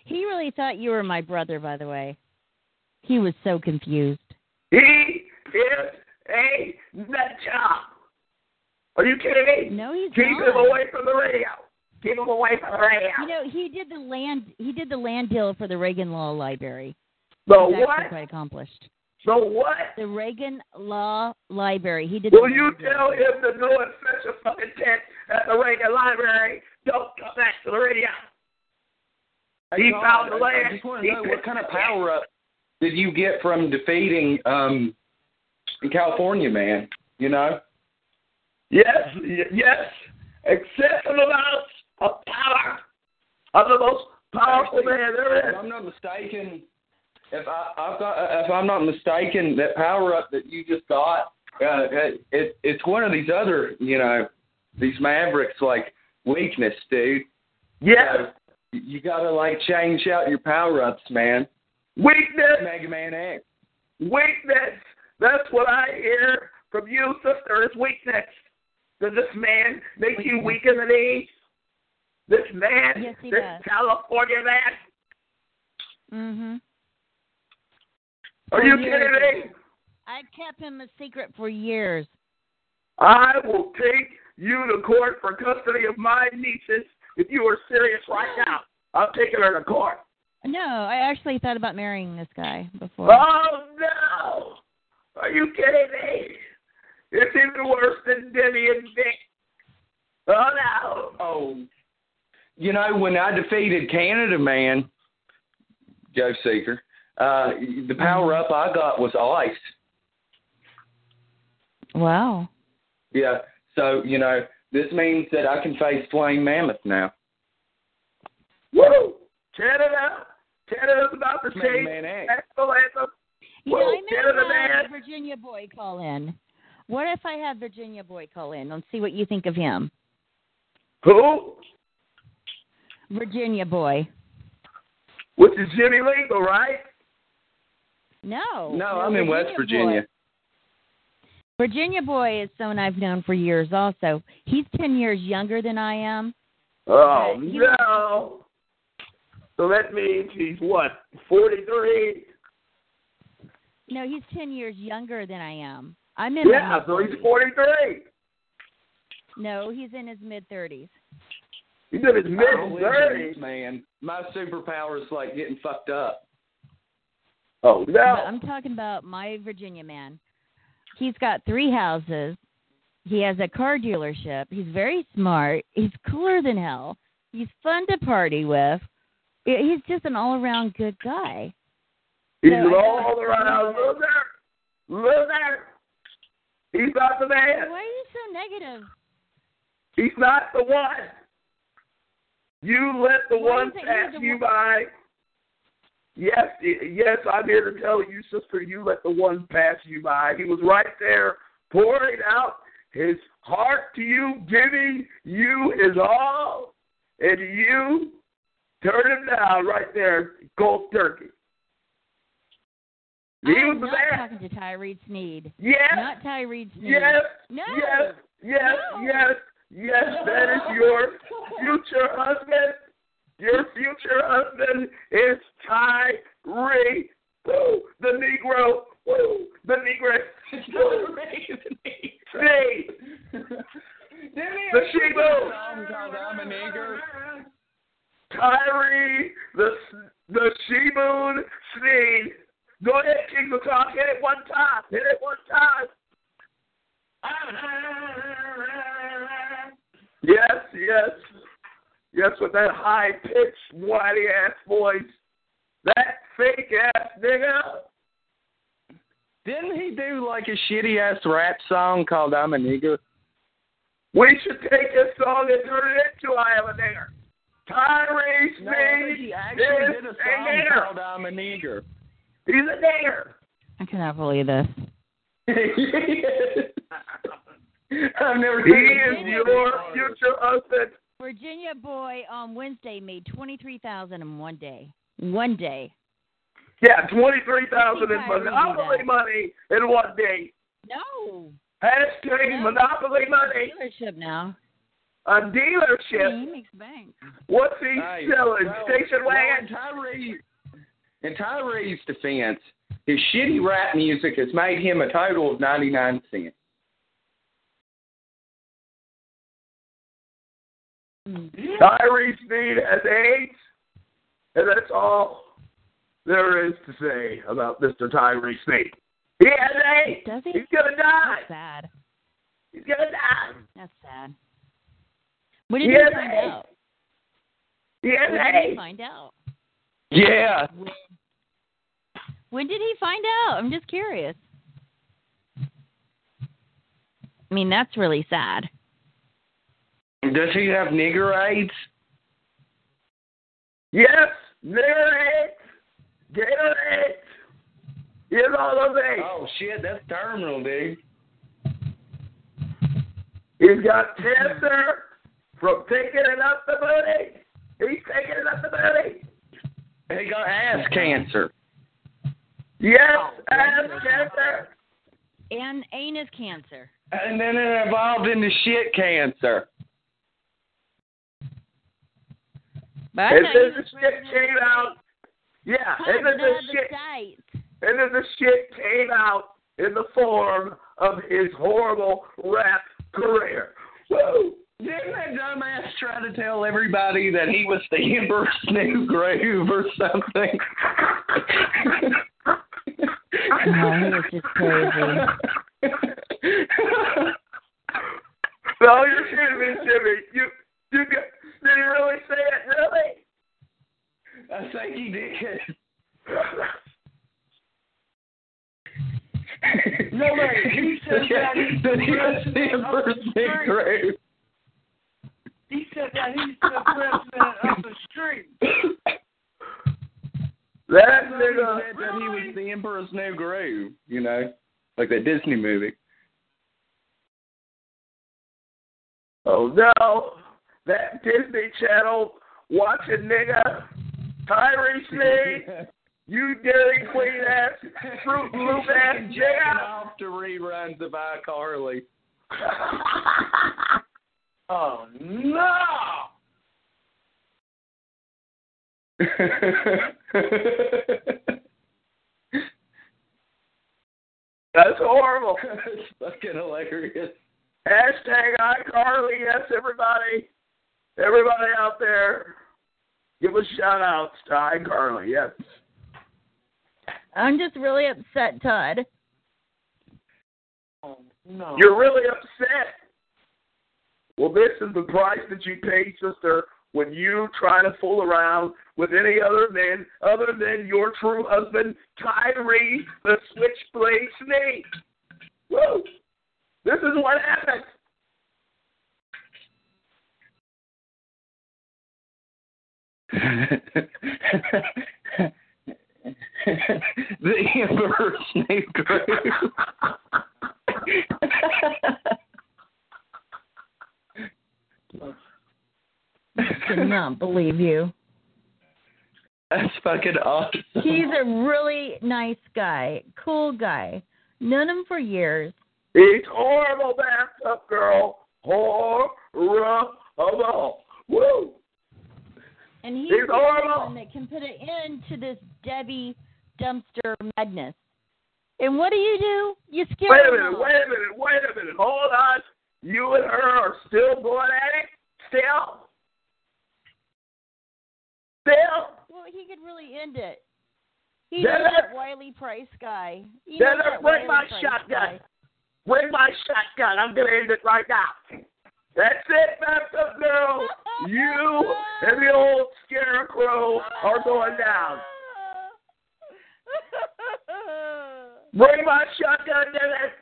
[SPEAKER 2] He really thought you were my brother, by the way. He was so confused.
[SPEAKER 3] He is a nut job. Are you kidding me?
[SPEAKER 2] No, he's
[SPEAKER 3] Keep
[SPEAKER 2] not.
[SPEAKER 3] him away from the radio. Keep him away from the radio.
[SPEAKER 2] You know, he did the land. He did the land deal for the Reagan Law Library.
[SPEAKER 3] the
[SPEAKER 2] He's actually
[SPEAKER 3] what?
[SPEAKER 2] Quite accomplished.
[SPEAKER 3] So what?
[SPEAKER 2] The Reagan Law Library. He did.
[SPEAKER 3] Will
[SPEAKER 2] the-
[SPEAKER 3] you tell him to go and fetch a fucking tent at the Reagan Library? Don't come back to the radio.
[SPEAKER 7] Hey,
[SPEAKER 3] He
[SPEAKER 7] Todd,
[SPEAKER 3] found the
[SPEAKER 7] I-
[SPEAKER 3] land.
[SPEAKER 7] I just want
[SPEAKER 3] He
[SPEAKER 7] to know what
[SPEAKER 3] fixed
[SPEAKER 7] kind of
[SPEAKER 3] it.
[SPEAKER 7] power up did you get from defeating um California man? You know,
[SPEAKER 3] Yes, y- yes. Excessive amounts of power of the most powerful
[SPEAKER 7] Actually,
[SPEAKER 3] man there is.
[SPEAKER 7] if I'm not mistaken, if I, I've got, if I'm not mistaken, that power up that you just got, uh, it, it it's one of these other, you know, these Mavericks like weakness, dude.
[SPEAKER 3] Yes.
[SPEAKER 7] You, you gotta like change out your power ups, man.
[SPEAKER 3] Weakness,
[SPEAKER 7] Mega Man X.
[SPEAKER 3] weakness. That's what I hear from you, sister, is weakness. Does this man make you weaker than he? This man,
[SPEAKER 2] Yes, he
[SPEAKER 3] this
[SPEAKER 2] does.
[SPEAKER 3] California man.
[SPEAKER 2] Mhm.
[SPEAKER 3] Are
[SPEAKER 2] For
[SPEAKER 3] you
[SPEAKER 2] years.
[SPEAKER 3] kidding me?
[SPEAKER 2] I kept him a secret for years.
[SPEAKER 3] I will take you to court for custody of my nieces if you are serious right now. I'm taking her to court.
[SPEAKER 2] No, I actually thought about marrying this guy before.
[SPEAKER 3] Oh no! Are you kidding me? It's even worse than Diddy and Vic. Oh no!
[SPEAKER 7] Oh, you know when I defeated Canada Man, Joe Seeker, uh, the power up I got was ice.
[SPEAKER 2] Wow.
[SPEAKER 7] Yeah, so you know this means that I can face Flying Mammoth now.
[SPEAKER 3] Woo! Canada, Canada's about to
[SPEAKER 7] Mega
[SPEAKER 3] change
[SPEAKER 7] Man
[SPEAKER 3] the
[SPEAKER 7] X.
[SPEAKER 3] national anthem.
[SPEAKER 2] You
[SPEAKER 3] Whoa,
[SPEAKER 2] know,
[SPEAKER 3] Canada,
[SPEAKER 2] I may have
[SPEAKER 3] man.
[SPEAKER 2] Virginia Boy call in. What if I have Virginia Boy call in and see what you think of him?
[SPEAKER 3] Who?
[SPEAKER 2] Virginia Boy.
[SPEAKER 3] Which is Jimmy Legal, right?
[SPEAKER 2] No.
[SPEAKER 7] No, I'm in West Virginia.
[SPEAKER 2] Boy. Virginia Boy is someone I've known for years also. He's 10 years younger than I am.
[SPEAKER 3] Oh
[SPEAKER 2] Right. You-
[SPEAKER 3] no! So that means he's what? Forty-three.
[SPEAKER 2] No, he's 10 years younger than I am. I'm in my
[SPEAKER 3] Yeah,
[SPEAKER 2] mid-
[SPEAKER 3] so he's forty-three.
[SPEAKER 2] No, he's in his mid 30s.
[SPEAKER 3] He's in his
[SPEAKER 7] I
[SPEAKER 3] mid
[SPEAKER 7] believe in
[SPEAKER 3] thirties.
[SPEAKER 7] this man, my superpower is like getting fucked up.
[SPEAKER 3] Oh
[SPEAKER 2] But
[SPEAKER 3] no!
[SPEAKER 2] I'm talking about my Virginia man. He's got three houses. He has a car dealership. He's very smart. He's cooler than hell. He's fun to party with. He- He's just an all around good guy.
[SPEAKER 3] He's
[SPEAKER 2] No, I don't-
[SPEAKER 3] all around loser, loser. He's not the
[SPEAKER 2] Why
[SPEAKER 3] man.
[SPEAKER 2] are you so negative?
[SPEAKER 3] He's not the one. You let the
[SPEAKER 2] Why
[SPEAKER 3] one
[SPEAKER 2] is it he's
[SPEAKER 3] pass
[SPEAKER 2] the
[SPEAKER 3] you
[SPEAKER 2] one-
[SPEAKER 3] by. Yes, y- yes, I'm here to tell you, sister. You let the one pass you by. He was right there, pouring out his heart to you, giving you his all, and you turn him down right there, cold turkey. He was
[SPEAKER 2] I'm
[SPEAKER 3] the
[SPEAKER 2] not
[SPEAKER 3] man.
[SPEAKER 2] talking to Tyree Sneed.
[SPEAKER 3] Yes.
[SPEAKER 2] Not Tyree Sneed.
[SPEAKER 3] Yes.
[SPEAKER 2] No.
[SPEAKER 3] Yes. Yes.
[SPEAKER 2] No.
[SPEAKER 3] Yes. Yes. That is your future husband. Your future husband is Tyree. Woo. The Negro. Woo. The Negro. Woo. Hey. The Shebo.
[SPEAKER 7] I'm a nigger.
[SPEAKER 3] Tyree. The the Sheboon Sneed. Go ahead, King the Talk. Hit it one time. Hit it one time. Yes, yes. Yes, with that high pitched, whiny ass voice. That fake ass nigga.
[SPEAKER 7] Didn't he do like a shitty ass rap song called "I'm a Nigger"?
[SPEAKER 3] We should take this song and turn it into I Am a Nigger. Tyrese
[SPEAKER 7] No, I think
[SPEAKER 3] Meade
[SPEAKER 7] he
[SPEAKER 3] is
[SPEAKER 7] actually did a
[SPEAKER 3] a
[SPEAKER 7] song
[SPEAKER 3] nigger.
[SPEAKER 7] called "I'm a Nigger."
[SPEAKER 3] He's a nigger.
[SPEAKER 2] I cannot believe this.
[SPEAKER 7] I've never
[SPEAKER 3] He
[SPEAKER 7] seen
[SPEAKER 3] is your future husband.
[SPEAKER 2] Virginia boy on Wednesday made twenty three thousand in one day. One day.
[SPEAKER 3] Yeah, twenty three thousand in
[SPEAKER 2] I think I agree
[SPEAKER 3] monopoly
[SPEAKER 2] with that.
[SPEAKER 3] money in one day.
[SPEAKER 2] No.
[SPEAKER 3] Hashtag
[SPEAKER 2] No.
[SPEAKER 3] monopoly money.
[SPEAKER 2] Dealership now.
[SPEAKER 3] A dealership.
[SPEAKER 2] He makes bank.
[SPEAKER 3] What's he
[SPEAKER 7] Hey,
[SPEAKER 3] selling?
[SPEAKER 7] well,
[SPEAKER 3] Station
[SPEAKER 7] well,
[SPEAKER 3] wagon.
[SPEAKER 7] in Tyree, in Tyree's defense, his shitty rap music has made him a total of ninety nine cents.
[SPEAKER 3] Tyrese Mead has AIDS, and that's all there is to say about Mr. Tyrese Mead. He has AIDS.
[SPEAKER 2] Does he?
[SPEAKER 3] He's gonna die.
[SPEAKER 2] That's sad.
[SPEAKER 3] He's gonna die.
[SPEAKER 2] That's sad. When did
[SPEAKER 3] He has
[SPEAKER 2] you find
[SPEAKER 3] AIDS.
[SPEAKER 2] out?
[SPEAKER 3] He has
[SPEAKER 2] When did you
[SPEAKER 3] AIDS.
[SPEAKER 2] find out?
[SPEAKER 7] Yeah.
[SPEAKER 2] When, when did he find out? I'm just curious. I mean, that's really sad.
[SPEAKER 7] Does he have nigger AIDS?
[SPEAKER 3] Yes, nigger AIDS, gator AIDS. He has all those AIDS.
[SPEAKER 7] Oh shit, that's terminal, dude.
[SPEAKER 3] He's got cancer from taking it up the booty. He's taking it up the booty.
[SPEAKER 7] He got ass cancer. Oh,
[SPEAKER 3] Yes, ass cancer.
[SPEAKER 2] And anus cancer.
[SPEAKER 7] And then it evolved into shit cancer.
[SPEAKER 2] But I
[SPEAKER 3] And
[SPEAKER 2] thought
[SPEAKER 3] then
[SPEAKER 2] he
[SPEAKER 3] the
[SPEAKER 2] was
[SPEAKER 3] shit
[SPEAKER 2] raised in
[SPEAKER 3] came
[SPEAKER 2] a-
[SPEAKER 3] out. Yeah, and then the
[SPEAKER 2] Husband of the
[SPEAKER 3] shit,
[SPEAKER 2] sight.
[SPEAKER 3] and then the shit came out in the form of his horrible rap career. Woo!
[SPEAKER 7] Didn't that dumbass try to tell everybody that he was the Emperor's New Groove or something?
[SPEAKER 2] No, he was just
[SPEAKER 7] crazy.
[SPEAKER 3] No, you're kidding me, Jimmy. You, you got, did he really say it? Really?
[SPEAKER 7] I think he did. No, wait, he said that he's the Emperor's New Groove.
[SPEAKER 5] He said that he's the president of the street.
[SPEAKER 3] That
[SPEAKER 7] He
[SPEAKER 3] nigga.
[SPEAKER 7] said that he was the Emperor's New Groove, you know, like that Disney movie.
[SPEAKER 3] Oh no, that Disney Channel watching nigga Tyrese Lee, you Dairy Queen ass, Fruit Loop ass
[SPEAKER 7] Jacking
[SPEAKER 3] nigga.
[SPEAKER 7] off to reruns of iCarly.
[SPEAKER 5] Oh no!
[SPEAKER 7] That's
[SPEAKER 3] That's horrible.
[SPEAKER 7] fucking hilarious.
[SPEAKER 3] Hashtag iCarly. Yes, everybody, everybody out there, give a shout out to iCarly. Yes.
[SPEAKER 2] I'm just really upset, Todd.
[SPEAKER 5] Oh no!
[SPEAKER 3] You're really upset. Well, this is the price that you pay, sister, when you try to fool around with any other man other than your true husband, Tyree the Switchblade Snake. Woo! This is what happens.
[SPEAKER 7] the Emperor's New Groove.
[SPEAKER 2] Cannot believe you.
[SPEAKER 7] That's fucking awesome.
[SPEAKER 2] He's a really nice guy, cool guy. Known him for years.
[SPEAKER 3] It's horrible, bathtub girl. Horrible. Woo!
[SPEAKER 2] And he's,
[SPEAKER 3] He's
[SPEAKER 2] the
[SPEAKER 3] horrible.
[SPEAKER 2] one that can put an end to this Debbie dumpster madness. And what do you do? You scare
[SPEAKER 3] Wait a
[SPEAKER 2] him
[SPEAKER 3] minute,
[SPEAKER 2] off.
[SPEAKER 3] wait a minute, wait a minute. Hold on. You and her are still going at it? Still? Still?
[SPEAKER 2] Well, he could really end it. He's
[SPEAKER 3] Then
[SPEAKER 2] that
[SPEAKER 3] let-
[SPEAKER 2] Wiley Price guy. He
[SPEAKER 3] Then
[SPEAKER 2] knows
[SPEAKER 3] let-
[SPEAKER 2] that
[SPEAKER 3] bring my
[SPEAKER 2] Wiley Price
[SPEAKER 3] shotgun.
[SPEAKER 2] guy.
[SPEAKER 3] Bring my shotgun. I'm going to end it right now. That's it, Master Girl. You and the old scarecrow are going down. Bring my shotgun, Dennis.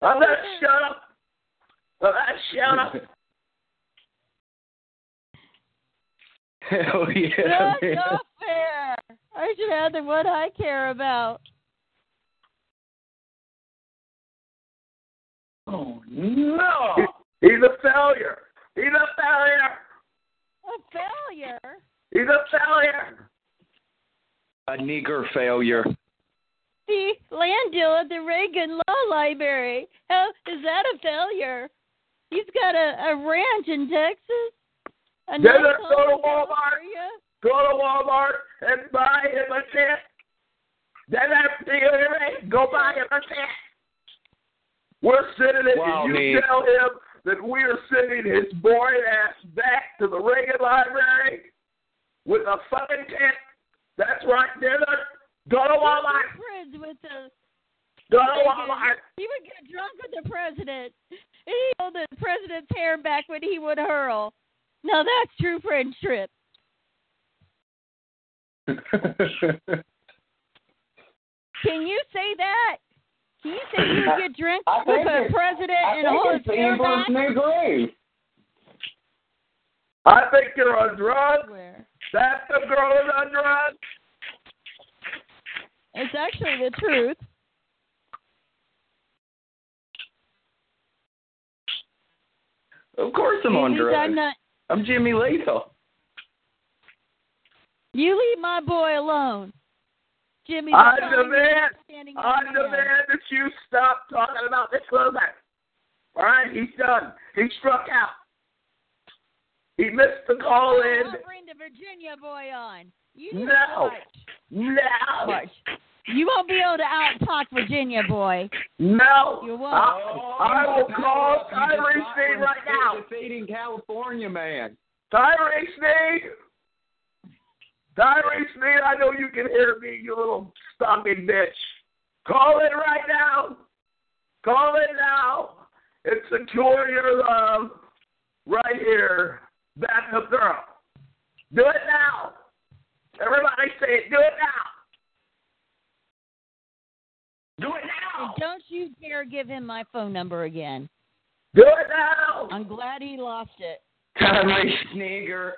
[SPEAKER 3] I'm going to shut up. I'm going to shut up.
[SPEAKER 7] Hell yeah.
[SPEAKER 2] That's
[SPEAKER 7] man.
[SPEAKER 2] not fair. I should have the one I care about.
[SPEAKER 5] Oh no!
[SPEAKER 3] He's a failure. He's a failure.
[SPEAKER 2] A failure.
[SPEAKER 3] He's a failure.
[SPEAKER 7] A nigger failure.
[SPEAKER 2] The land deal at the Reagan Law Library. How is that a failure? He's got a, a ranch in Texas. A
[SPEAKER 3] Then
[SPEAKER 2] nice
[SPEAKER 3] let's go
[SPEAKER 2] home in
[SPEAKER 3] to Walmart.
[SPEAKER 2] California.
[SPEAKER 3] Go to Walmart and buy him a tent. Then after you hear me, go buy him a tent. We're sending it,
[SPEAKER 7] Wow,
[SPEAKER 3] and you
[SPEAKER 7] Nate.
[SPEAKER 3] tell him that we are sending his boring ass back to the Reagan Library with a fucking tent. That's right, dinner. Go to Walmart.
[SPEAKER 2] Friends with the
[SPEAKER 3] Go to Walmart.
[SPEAKER 2] He would get drunk with the president. And he held the president's hair back when he would hurl. Now that's true friendship. Can you say that? Can you say you would get drunk
[SPEAKER 7] I
[SPEAKER 2] with
[SPEAKER 7] think
[SPEAKER 2] the
[SPEAKER 7] it's-
[SPEAKER 2] president
[SPEAKER 7] I
[SPEAKER 2] and
[SPEAKER 7] think
[SPEAKER 2] hold
[SPEAKER 7] it's
[SPEAKER 2] his
[SPEAKER 7] the
[SPEAKER 2] hair
[SPEAKER 7] inverse
[SPEAKER 2] back?
[SPEAKER 7] new grave.
[SPEAKER 3] I think you're on drugs.
[SPEAKER 2] Where?
[SPEAKER 3] That the girl is on drugs.
[SPEAKER 2] It's actually the truth.
[SPEAKER 7] Of course I'm
[SPEAKER 2] At
[SPEAKER 7] on
[SPEAKER 2] least
[SPEAKER 7] drugs.
[SPEAKER 2] I'm not.
[SPEAKER 7] I'm Jimmy Lethal.
[SPEAKER 2] You leave my boy alone, Jimmy.
[SPEAKER 3] I
[SPEAKER 2] the fine
[SPEAKER 3] demand-
[SPEAKER 2] standing
[SPEAKER 3] I
[SPEAKER 2] man.
[SPEAKER 3] demand that you stop talking about this loser. All right, he's done. He struck out. He missed the call in.
[SPEAKER 2] I'll bring the Virginia boy on. You need to
[SPEAKER 3] No.
[SPEAKER 2] watch.
[SPEAKER 3] No.
[SPEAKER 2] Watch. You won't be able to out talk Virginia boy.
[SPEAKER 3] No.
[SPEAKER 2] You won't.
[SPEAKER 3] I, I will call Tyrese Sneed right now.
[SPEAKER 7] Defeating California man.
[SPEAKER 3] Tyrese Sneed. Tyrese Sneed, I know you can hear me, you little stinking bitch. Call it right now. Call it now. And secure your love right here. That's the girl. Do it now. Everybody say it. Do it now. Do it
[SPEAKER 2] And
[SPEAKER 3] now.
[SPEAKER 2] don't you dare give him my phone number again.
[SPEAKER 3] Do it now.
[SPEAKER 2] I'm glad he lost it.
[SPEAKER 7] Tyrese Nigger.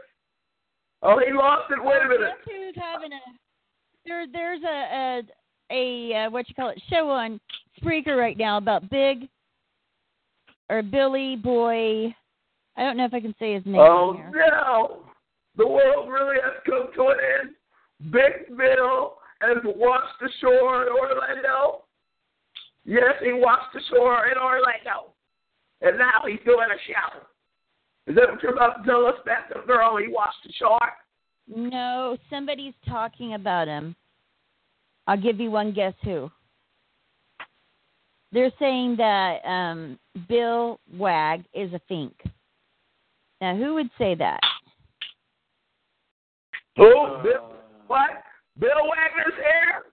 [SPEAKER 3] Oh, he lost it. Wait a minute.
[SPEAKER 2] Guess who's having a there? There's a a, a uh, what you call it show on Spreaker right now about Big or Billy Boy. I don't know if I can say his name.
[SPEAKER 3] Oh
[SPEAKER 2] here.
[SPEAKER 3] no! The world really has come to an end. Big Bill has washed ashore in Orlando. Yes, he washed ashore in Orlando, and now he's doing a show. Is that what you're about to tell us? That the girl he washed ashore?
[SPEAKER 2] No, somebody's talking about him. I'll give you one guess who. They're saying that um, Bill Wag is a fink. Now, who would say that?
[SPEAKER 3] Who? Bill, what? Bill Wagner's here?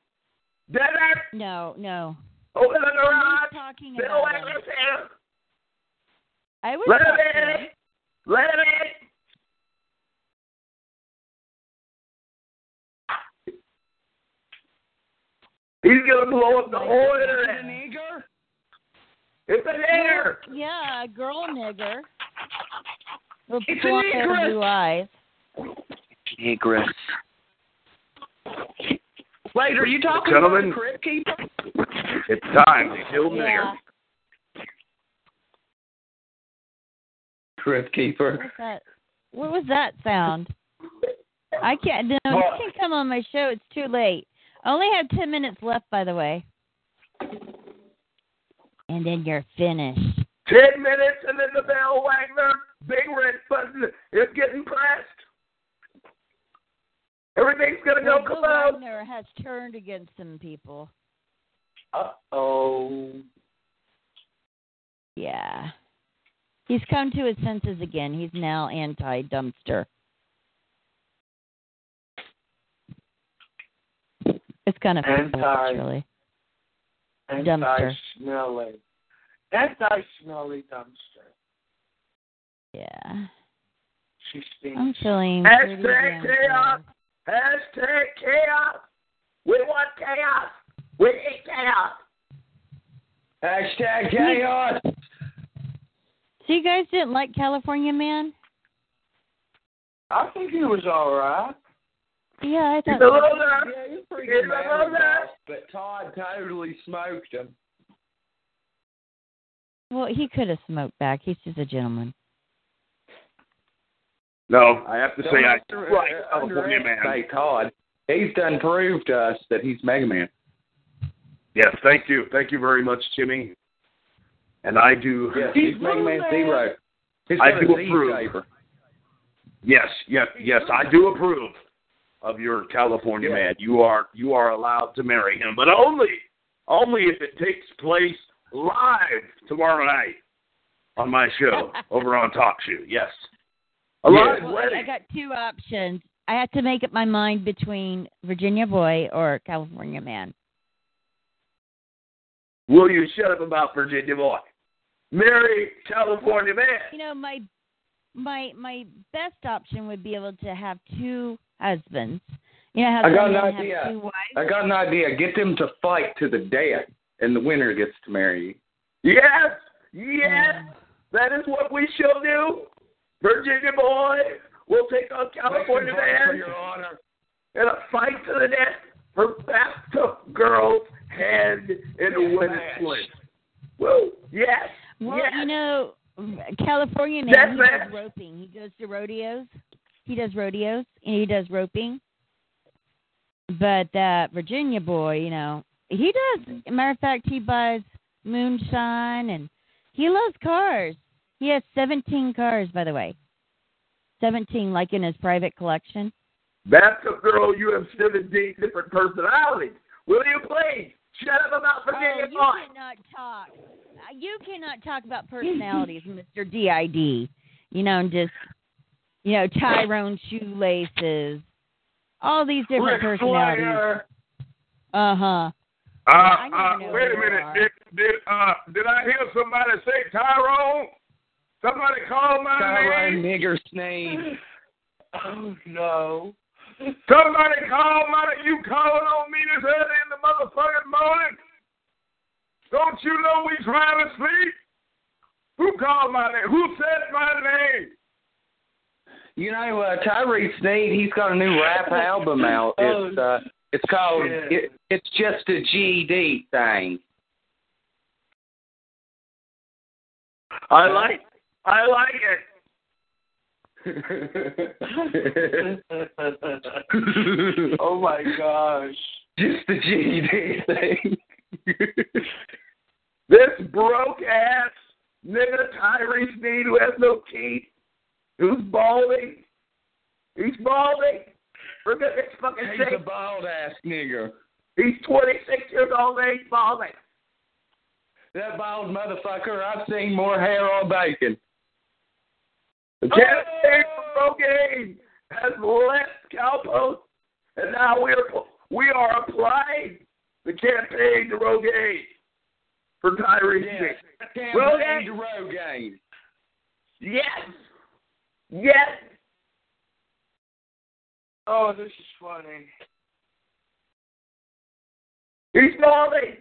[SPEAKER 3] Dinner?
[SPEAKER 2] No, no.
[SPEAKER 3] Open Oh, the
[SPEAKER 2] Somebody's
[SPEAKER 3] garage.
[SPEAKER 2] talking
[SPEAKER 3] Bill
[SPEAKER 2] about him.
[SPEAKER 3] Wagner's here.
[SPEAKER 2] I would.
[SPEAKER 3] Let
[SPEAKER 2] talk
[SPEAKER 3] him
[SPEAKER 2] to him.
[SPEAKER 3] in. Let him in. He's gonna blow up the whole internet.
[SPEAKER 7] Nigger?
[SPEAKER 3] It's an air.
[SPEAKER 2] Yeah, a girl nigger. With
[SPEAKER 7] It's a
[SPEAKER 2] blonde hair and
[SPEAKER 7] negress.
[SPEAKER 2] blue eyes.
[SPEAKER 7] Negress. Wait, are you talking
[SPEAKER 3] Gentlemen.
[SPEAKER 7] about the Crypt Keeper?
[SPEAKER 3] It's time to kill
[SPEAKER 2] Yeah.
[SPEAKER 7] Crypt Keeper.
[SPEAKER 2] What's that? What was that sound? I can't. No, you
[SPEAKER 3] What?
[SPEAKER 2] can't come on my show. It's too late. I only have ten minutes left, by the way. And then you're finished.
[SPEAKER 3] Ten minutes and then the Bill Wagner big red button is getting pressed. Everything's gonna go
[SPEAKER 2] Well, Bill
[SPEAKER 3] kaboom.
[SPEAKER 2] Wagner has turned against some people.
[SPEAKER 7] Uh oh.
[SPEAKER 2] Yeah. He's come to his senses again. He's now anti dumpster. It's kind of fucked up,
[SPEAKER 7] Anti-
[SPEAKER 2] actually.
[SPEAKER 7] Anti
[SPEAKER 2] Dumpster.
[SPEAKER 7] smelly. Anti smelly dumpster.
[SPEAKER 2] Yeah.
[SPEAKER 7] She stinks.
[SPEAKER 2] I'm feeling pretty
[SPEAKER 3] Hashtag
[SPEAKER 2] damn
[SPEAKER 3] chaos.
[SPEAKER 2] good.
[SPEAKER 3] Hashtag chaos. We want chaos. We need chaos.
[SPEAKER 7] Hashtag chaos.
[SPEAKER 2] So you guys didn't like California Man?
[SPEAKER 7] I think he was alright.
[SPEAKER 2] Yeah, I
[SPEAKER 3] He's
[SPEAKER 2] thought.
[SPEAKER 3] a loser.
[SPEAKER 7] Yeah, he was pretty
[SPEAKER 3] He's
[SPEAKER 7] good.
[SPEAKER 3] a
[SPEAKER 7] man,
[SPEAKER 3] loser.
[SPEAKER 7] But Todd totally smoked him.
[SPEAKER 2] Well, he could have smoked back. He's just a gentleman.
[SPEAKER 3] No, I have to
[SPEAKER 7] Don't
[SPEAKER 3] say I
[SPEAKER 7] under-
[SPEAKER 3] right,
[SPEAKER 7] uh,
[SPEAKER 3] California man.
[SPEAKER 7] underestimate Todd. He's done proved to us that he's Mega Man.
[SPEAKER 3] Yes, thank you, thank you very much, Jimmy. And I do.
[SPEAKER 7] Yes, he's, Mega Man Zero. He's
[SPEAKER 3] I
[SPEAKER 7] got
[SPEAKER 3] do
[SPEAKER 7] a Z
[SPEAKER 3] approve.
[SPEAKER 7] saber.
[SPEAKER 3] Yes, yes, yes, I do approve of your California
[SPEAKER 7] Yeah.
[SPEAKER 3] man. You are you are allowed to marry him, but only only if it takes place live tomorrow night on my show over on Talk Show. Yes, a live
[SPEAKER 2] Well, I- I
[SPEAKER 3] wedding.
[SPEAKER 2] got two options. I had to make up my mind between Virginia boy or California man.
[SPEAKER 3] Will you shut up about Virginia boy? Marry California man.
[SPEAKER 2] You know, my my my best option would be able to have two husbands. You know, have
[SPEAKER 7] I got
[SPEAKER 2] one
[SPEAKER 7] an
[SPEAKER 2] man have
[SPEAKER 7] idea.
[SPEAKER 2] two wives.
[SPEAKER 7] I got an idea. Get them to fight to the death, and the winner gets to marry you.
[SPEAKER 3] Yes, yes, that is what we shall do. Virginia boy will take on California
[SPEAKER 7] For
[SPEAKER 3] man
[SPEAKER 7] your honor.
[SPEAKER 3] in a fight to the death for bathtub girls hand in women's Woo! Yes,
[SPEAKER 2] Well,
[SPEAKER 3] yes.
[SPEAKER 2] you know, California man,
[SPEAKER 3] Yes,
[SPEAKER 2] he
[SPEAKER 3] ma'am.
[SPEAKER 2] does roping. He goes to rodeos. He does rodeos and he does roping. But uh Virginia boy, you know, he does. matter of fact, he buys moonshine and he loves cars. He has 17 cars, by the way. 17, like in his private collection.
[SPEAKER 3] Bathtub girl, you have 17 different personalities. Will you please shut up about Virginia
[SPEAKER 2] oh, you
[SPEAKER 3] boy?
[SPEAKER 2] cannot talk. Uh, You cannot talk about personalities, Mr. DID. You know, and just you know, Tyrone shoelaces, all these
[SPEAKER 3] Ric
[SPEAKER 2] different personalities.
[SPEAKER 3] Flair.
[SPEAKER 2] Uh huh.
[SPEAKER 1] Uh,
[SPEAKER 2] I never
[SPEAKER 1] uh,
[SPEAKER 2] know
[SPEAKER 1] wait a
[SPEAKER 2] who you
[SPEAKER 1] minute.
[SPEAKER 2] are.
[SPEAKER 1] Did, did, uh, did I hear somebody say Tyrone? Somebody call my
[SPEAKER 7] Tyrone
[SPEAKER 1] name.
[SPEAKER 7] nigger snake.
[SPEAKER 5] Oh no.
[SPEAKER 1] Somebody call my You calling on me this early in the motherfucking morning? Don't you know we trying to sleep? Who called my name? Who said my name?
[SPEAKER 7] You know, uh, Tyrese Sneed, he's got a new rap album out.
[SPEAKER 5] Oh,
[SPEAKER 7] It's uh, it's called
[SPEAKER 5] shit.
[SPEAKER 7] it, It's Just a GD Thing.
[SPEAKER 3] I like, I like it.
[SPEAKER 5] oh my gosh.
[SPEAKER 7] Just the GD thing.
[SPEAKER 3] This broke ass nigga Tyrese Need who has no teeth, who's balding. He's balding. For goodness fucking
[SPEAKER 7] he's a
[SPEAKER 3] sake.
[SPEAKER 7] bald ass nigger.
[SPEAKER 3] He's 26 years old and he's balding.
[SPEAKER 7] That bald motherfucker, I've seen more hair on bacon.
[SPEAKER 3] Janet Taylor Rogaine has left Calpost, and now we are we are applying the campaign to Rogaine for Tyrese.
[SPEAKER 7] Yes.
[SPEAKER 3] Well,
[SPEAKER 7] Campaign to Rogaine.
[SPEAKER 3] Yes, yes.
[SPEAKER 5] Oh, this is funny.
[SPEAKER 3] He's balding.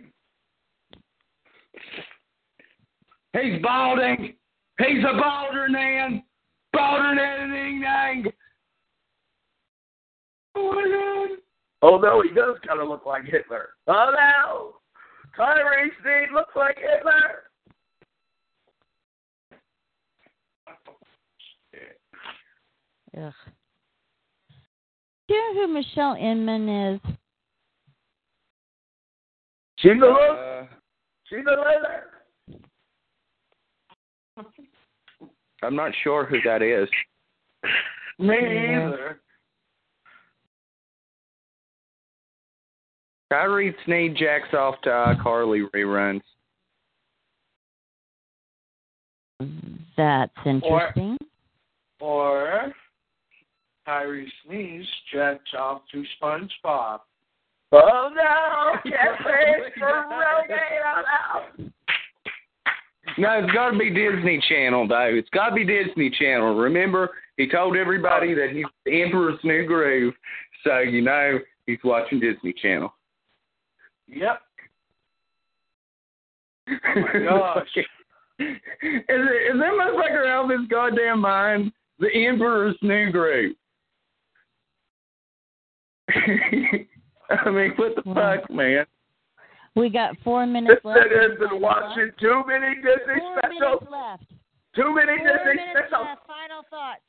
[SPEAKER 7] He's balding. He's a balder man. Balder than a ding dang. Oh my god.
[SPEAKER 3] Oh no, he does kind of look like Hitler. Oh no, Tyrese Dean looks like Hitler.
[SPEAKER 2] Ugh. Do you know who Michelle Inman is?
[SPEAKER 3] She's a look.
[SPEAKER 5] Uh,
[SPEAKER 3] She's a leather.
[SPEAKER 7] I'm not sure who that is.
[SPEAKER 5] Me
[SPEAKER 2] Yeah.
[SPEAKER 5] either.
[SPEAKER 7] Tyree Sneed jacks off to Carly reruns.
[SPEAKER 2] That's interesting.
[SPEAKER 5] Or Tyrese Sneeze jets off to SpongeBob.
[SPEAKER 3] Oh no, campaign for Rogaine. Oh no.
[SPEAKER 7] No, it's got to be Disney Channel, though. It's got to be Disney Channel. Remember, he told everybody that he's the Emperor's New Groove, so you know he's watching Disney Channel.
[SPEAKER 5] Yep. Oh, my gosh.
[SPEAKER 7] is, it, is that motherfucker out of his goddamn mind? The Emperor's New Groove. I mean, what the fuck, man?
[SPEAKER 2] We got four
[SPEAKER 3] This
[SPEAKER 2] minutes left.
[SPEAKER 3] nigga's been watching too many
[SPEAKER 2] Four
[SPEAKER 3] Disney specials.
[SPEAKER 2] minutes left.
[SPEAKER 3] Too many
[SPEAKER 2] Four
[SPEAKER 3] Disney
[SPEAKER 2] minutes
[SPEAKER 3] specials.
[SPEAKER 2] left. Final thoughts.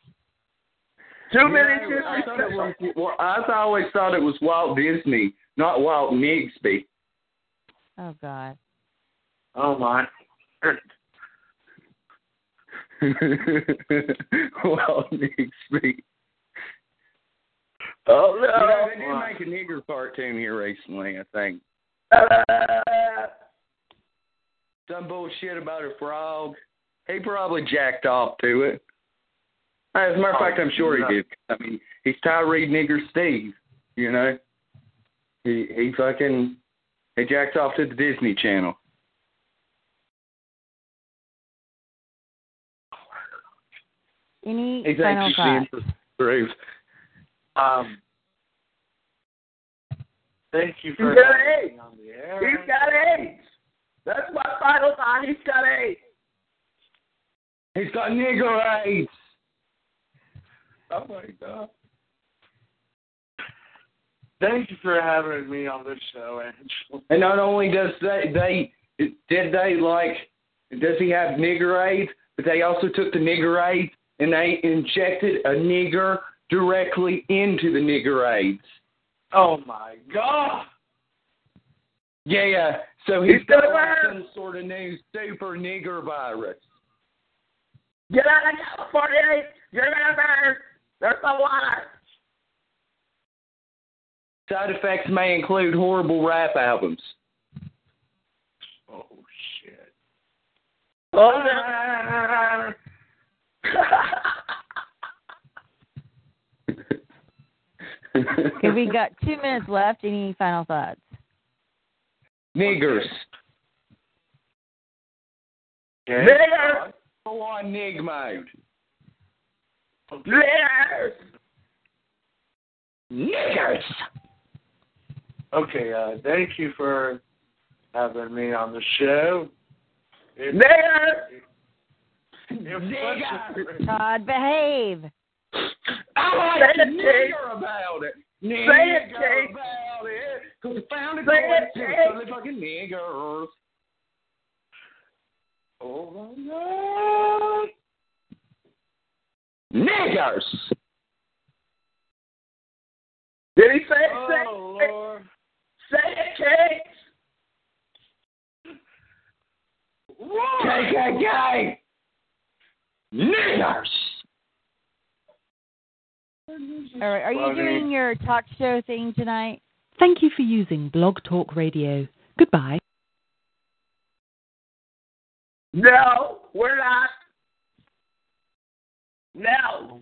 [SPEAKER 3] Too many
[SPEAKER 7] Yeah, I
[SPEAKER 3] Disney
[SPEAKER 7] thought it
[SPEAKER 3] specials.
[SPEAKER 7] was- well, I always thought it was Walt Disney, not Walt Nigsby.
[SPEAKER 2] Oh God.
[SPEAKER 5] Oh my.
[SPEAKER 7] Walt Nigsby.
[SPEAKER 3] Oh
[SPEAKER 7] You know,
[SPEAKER 3] no.
[SPEAKER 7] they did make a nigger cartoon here recently, I think.
[SPEAKER 3] Uh,
[SPEAKER 7] Some bullshit about a frog. He probably jacked off to it.
[SPEAKER 6] As a matter of fact, I'm sure
[SPEAKER 3] no.
[SPEAKER 6] he did. I mean, he's Tyree Nigger Steve. You know, he he fucking he jacked off to the Disney Channel.
[SPEAKER 2] Any
[SPEAKER 6] He's
[SPEAKER 2] final
[SPEAKER 6] actually
[SPEAKER 2] thoughts?
[SPEAKER 6] seeing Bruce.
[SPEAKER 1] Um, thank you for
[SPEAKER 3] You got
[SPEAKER 1] having
[SPEAKER 3] it.
[SPEAKER 1] me on the air.
[SPEAKER 3] He's got AIDS. That's my final thought. He's got AIDS.
[SPEAKER 6] He's got nigger AIDS.
[SPEAKER 3] Oh my God.
[SPEAKER 1] Thank you for having me on this show, Angela.
[SPEAKER 6] And not only does they they did they like does he have nigger AIDS, but they also took the nigger AIDS and they injected a nigger directly into the nigger AIDS.
[SPEAKER 1] Oh my God!
[SPEAKER 6] Yeah, so
[SPEAKER 3] He's
[SPEAKER 6] he's got
[SPEAKER 3] got a
[SPEAKER 6] like
[SPEAKER 3] virus.
[SPEAKER 6] some sort of new super nigger virus.
[SPEAKER 3] Get out of California. You're gonna burn. There's no water.
[SPEAKER 6] Side effects may include horrible rap albums.
[SPEAKER 1] Oh shit!
[SPEAKER 3] Oh, no.
[SPEAKER 2] Okay, we got two minutes left. Any final thoughts?
[SPEAKER 6] Niggers.
[SPEAKER 1] Okay.
[SPEAKER 3] Niggers.
[SPEAKER 6] Go on nig mode.
[SPEAKER 3] Niggers.
[SPEAKER 6] Niggers.
[SPEAKER 1] Okay. Uh, thank you for having me on the show. It,
[SPEAKER 3] Niggers.
[SPEAKER 1] it was-
[SPEAKER 2] Todd, behave.
[SPEAKER 6] I
[SPEAKER 3] Say
[SPEAKER 6] like to
[SPEAKER 3] it, Jake.
[SPEAKER 6] nigger about it. Nigger
[SPEAKER 3] Say it, Jake.
[SPEAKER 6] about it. Cause the founding
[SPEAKER 3] Say it, Jake.
[SPEAKER 6] fathers fucking niggers.
[SPEAKER 1] Oh my
[SPEAKER 6] Niggers.
[SPEAKER 3] Did he say it?
[SPEAKER 1] God!
[SPEAKER 3] Say
[SPEAKER 1] Oh
[SPEAKER 3] it.
[SPEAKER 1] Lord!
[SPEAKER 3] Say it, Kate.
[SPEAKER 6] KKK. Niggers.
[SPEAKER 2] All right. Are you
[SPEAKER 1] Funny.
[SPEAKER 2] doing your talk show thing tonight?
[SPEAKER 4] Thank you for using Blog Talk Radio. Goodbye.
[SPEAKER 3] No, we're not. No.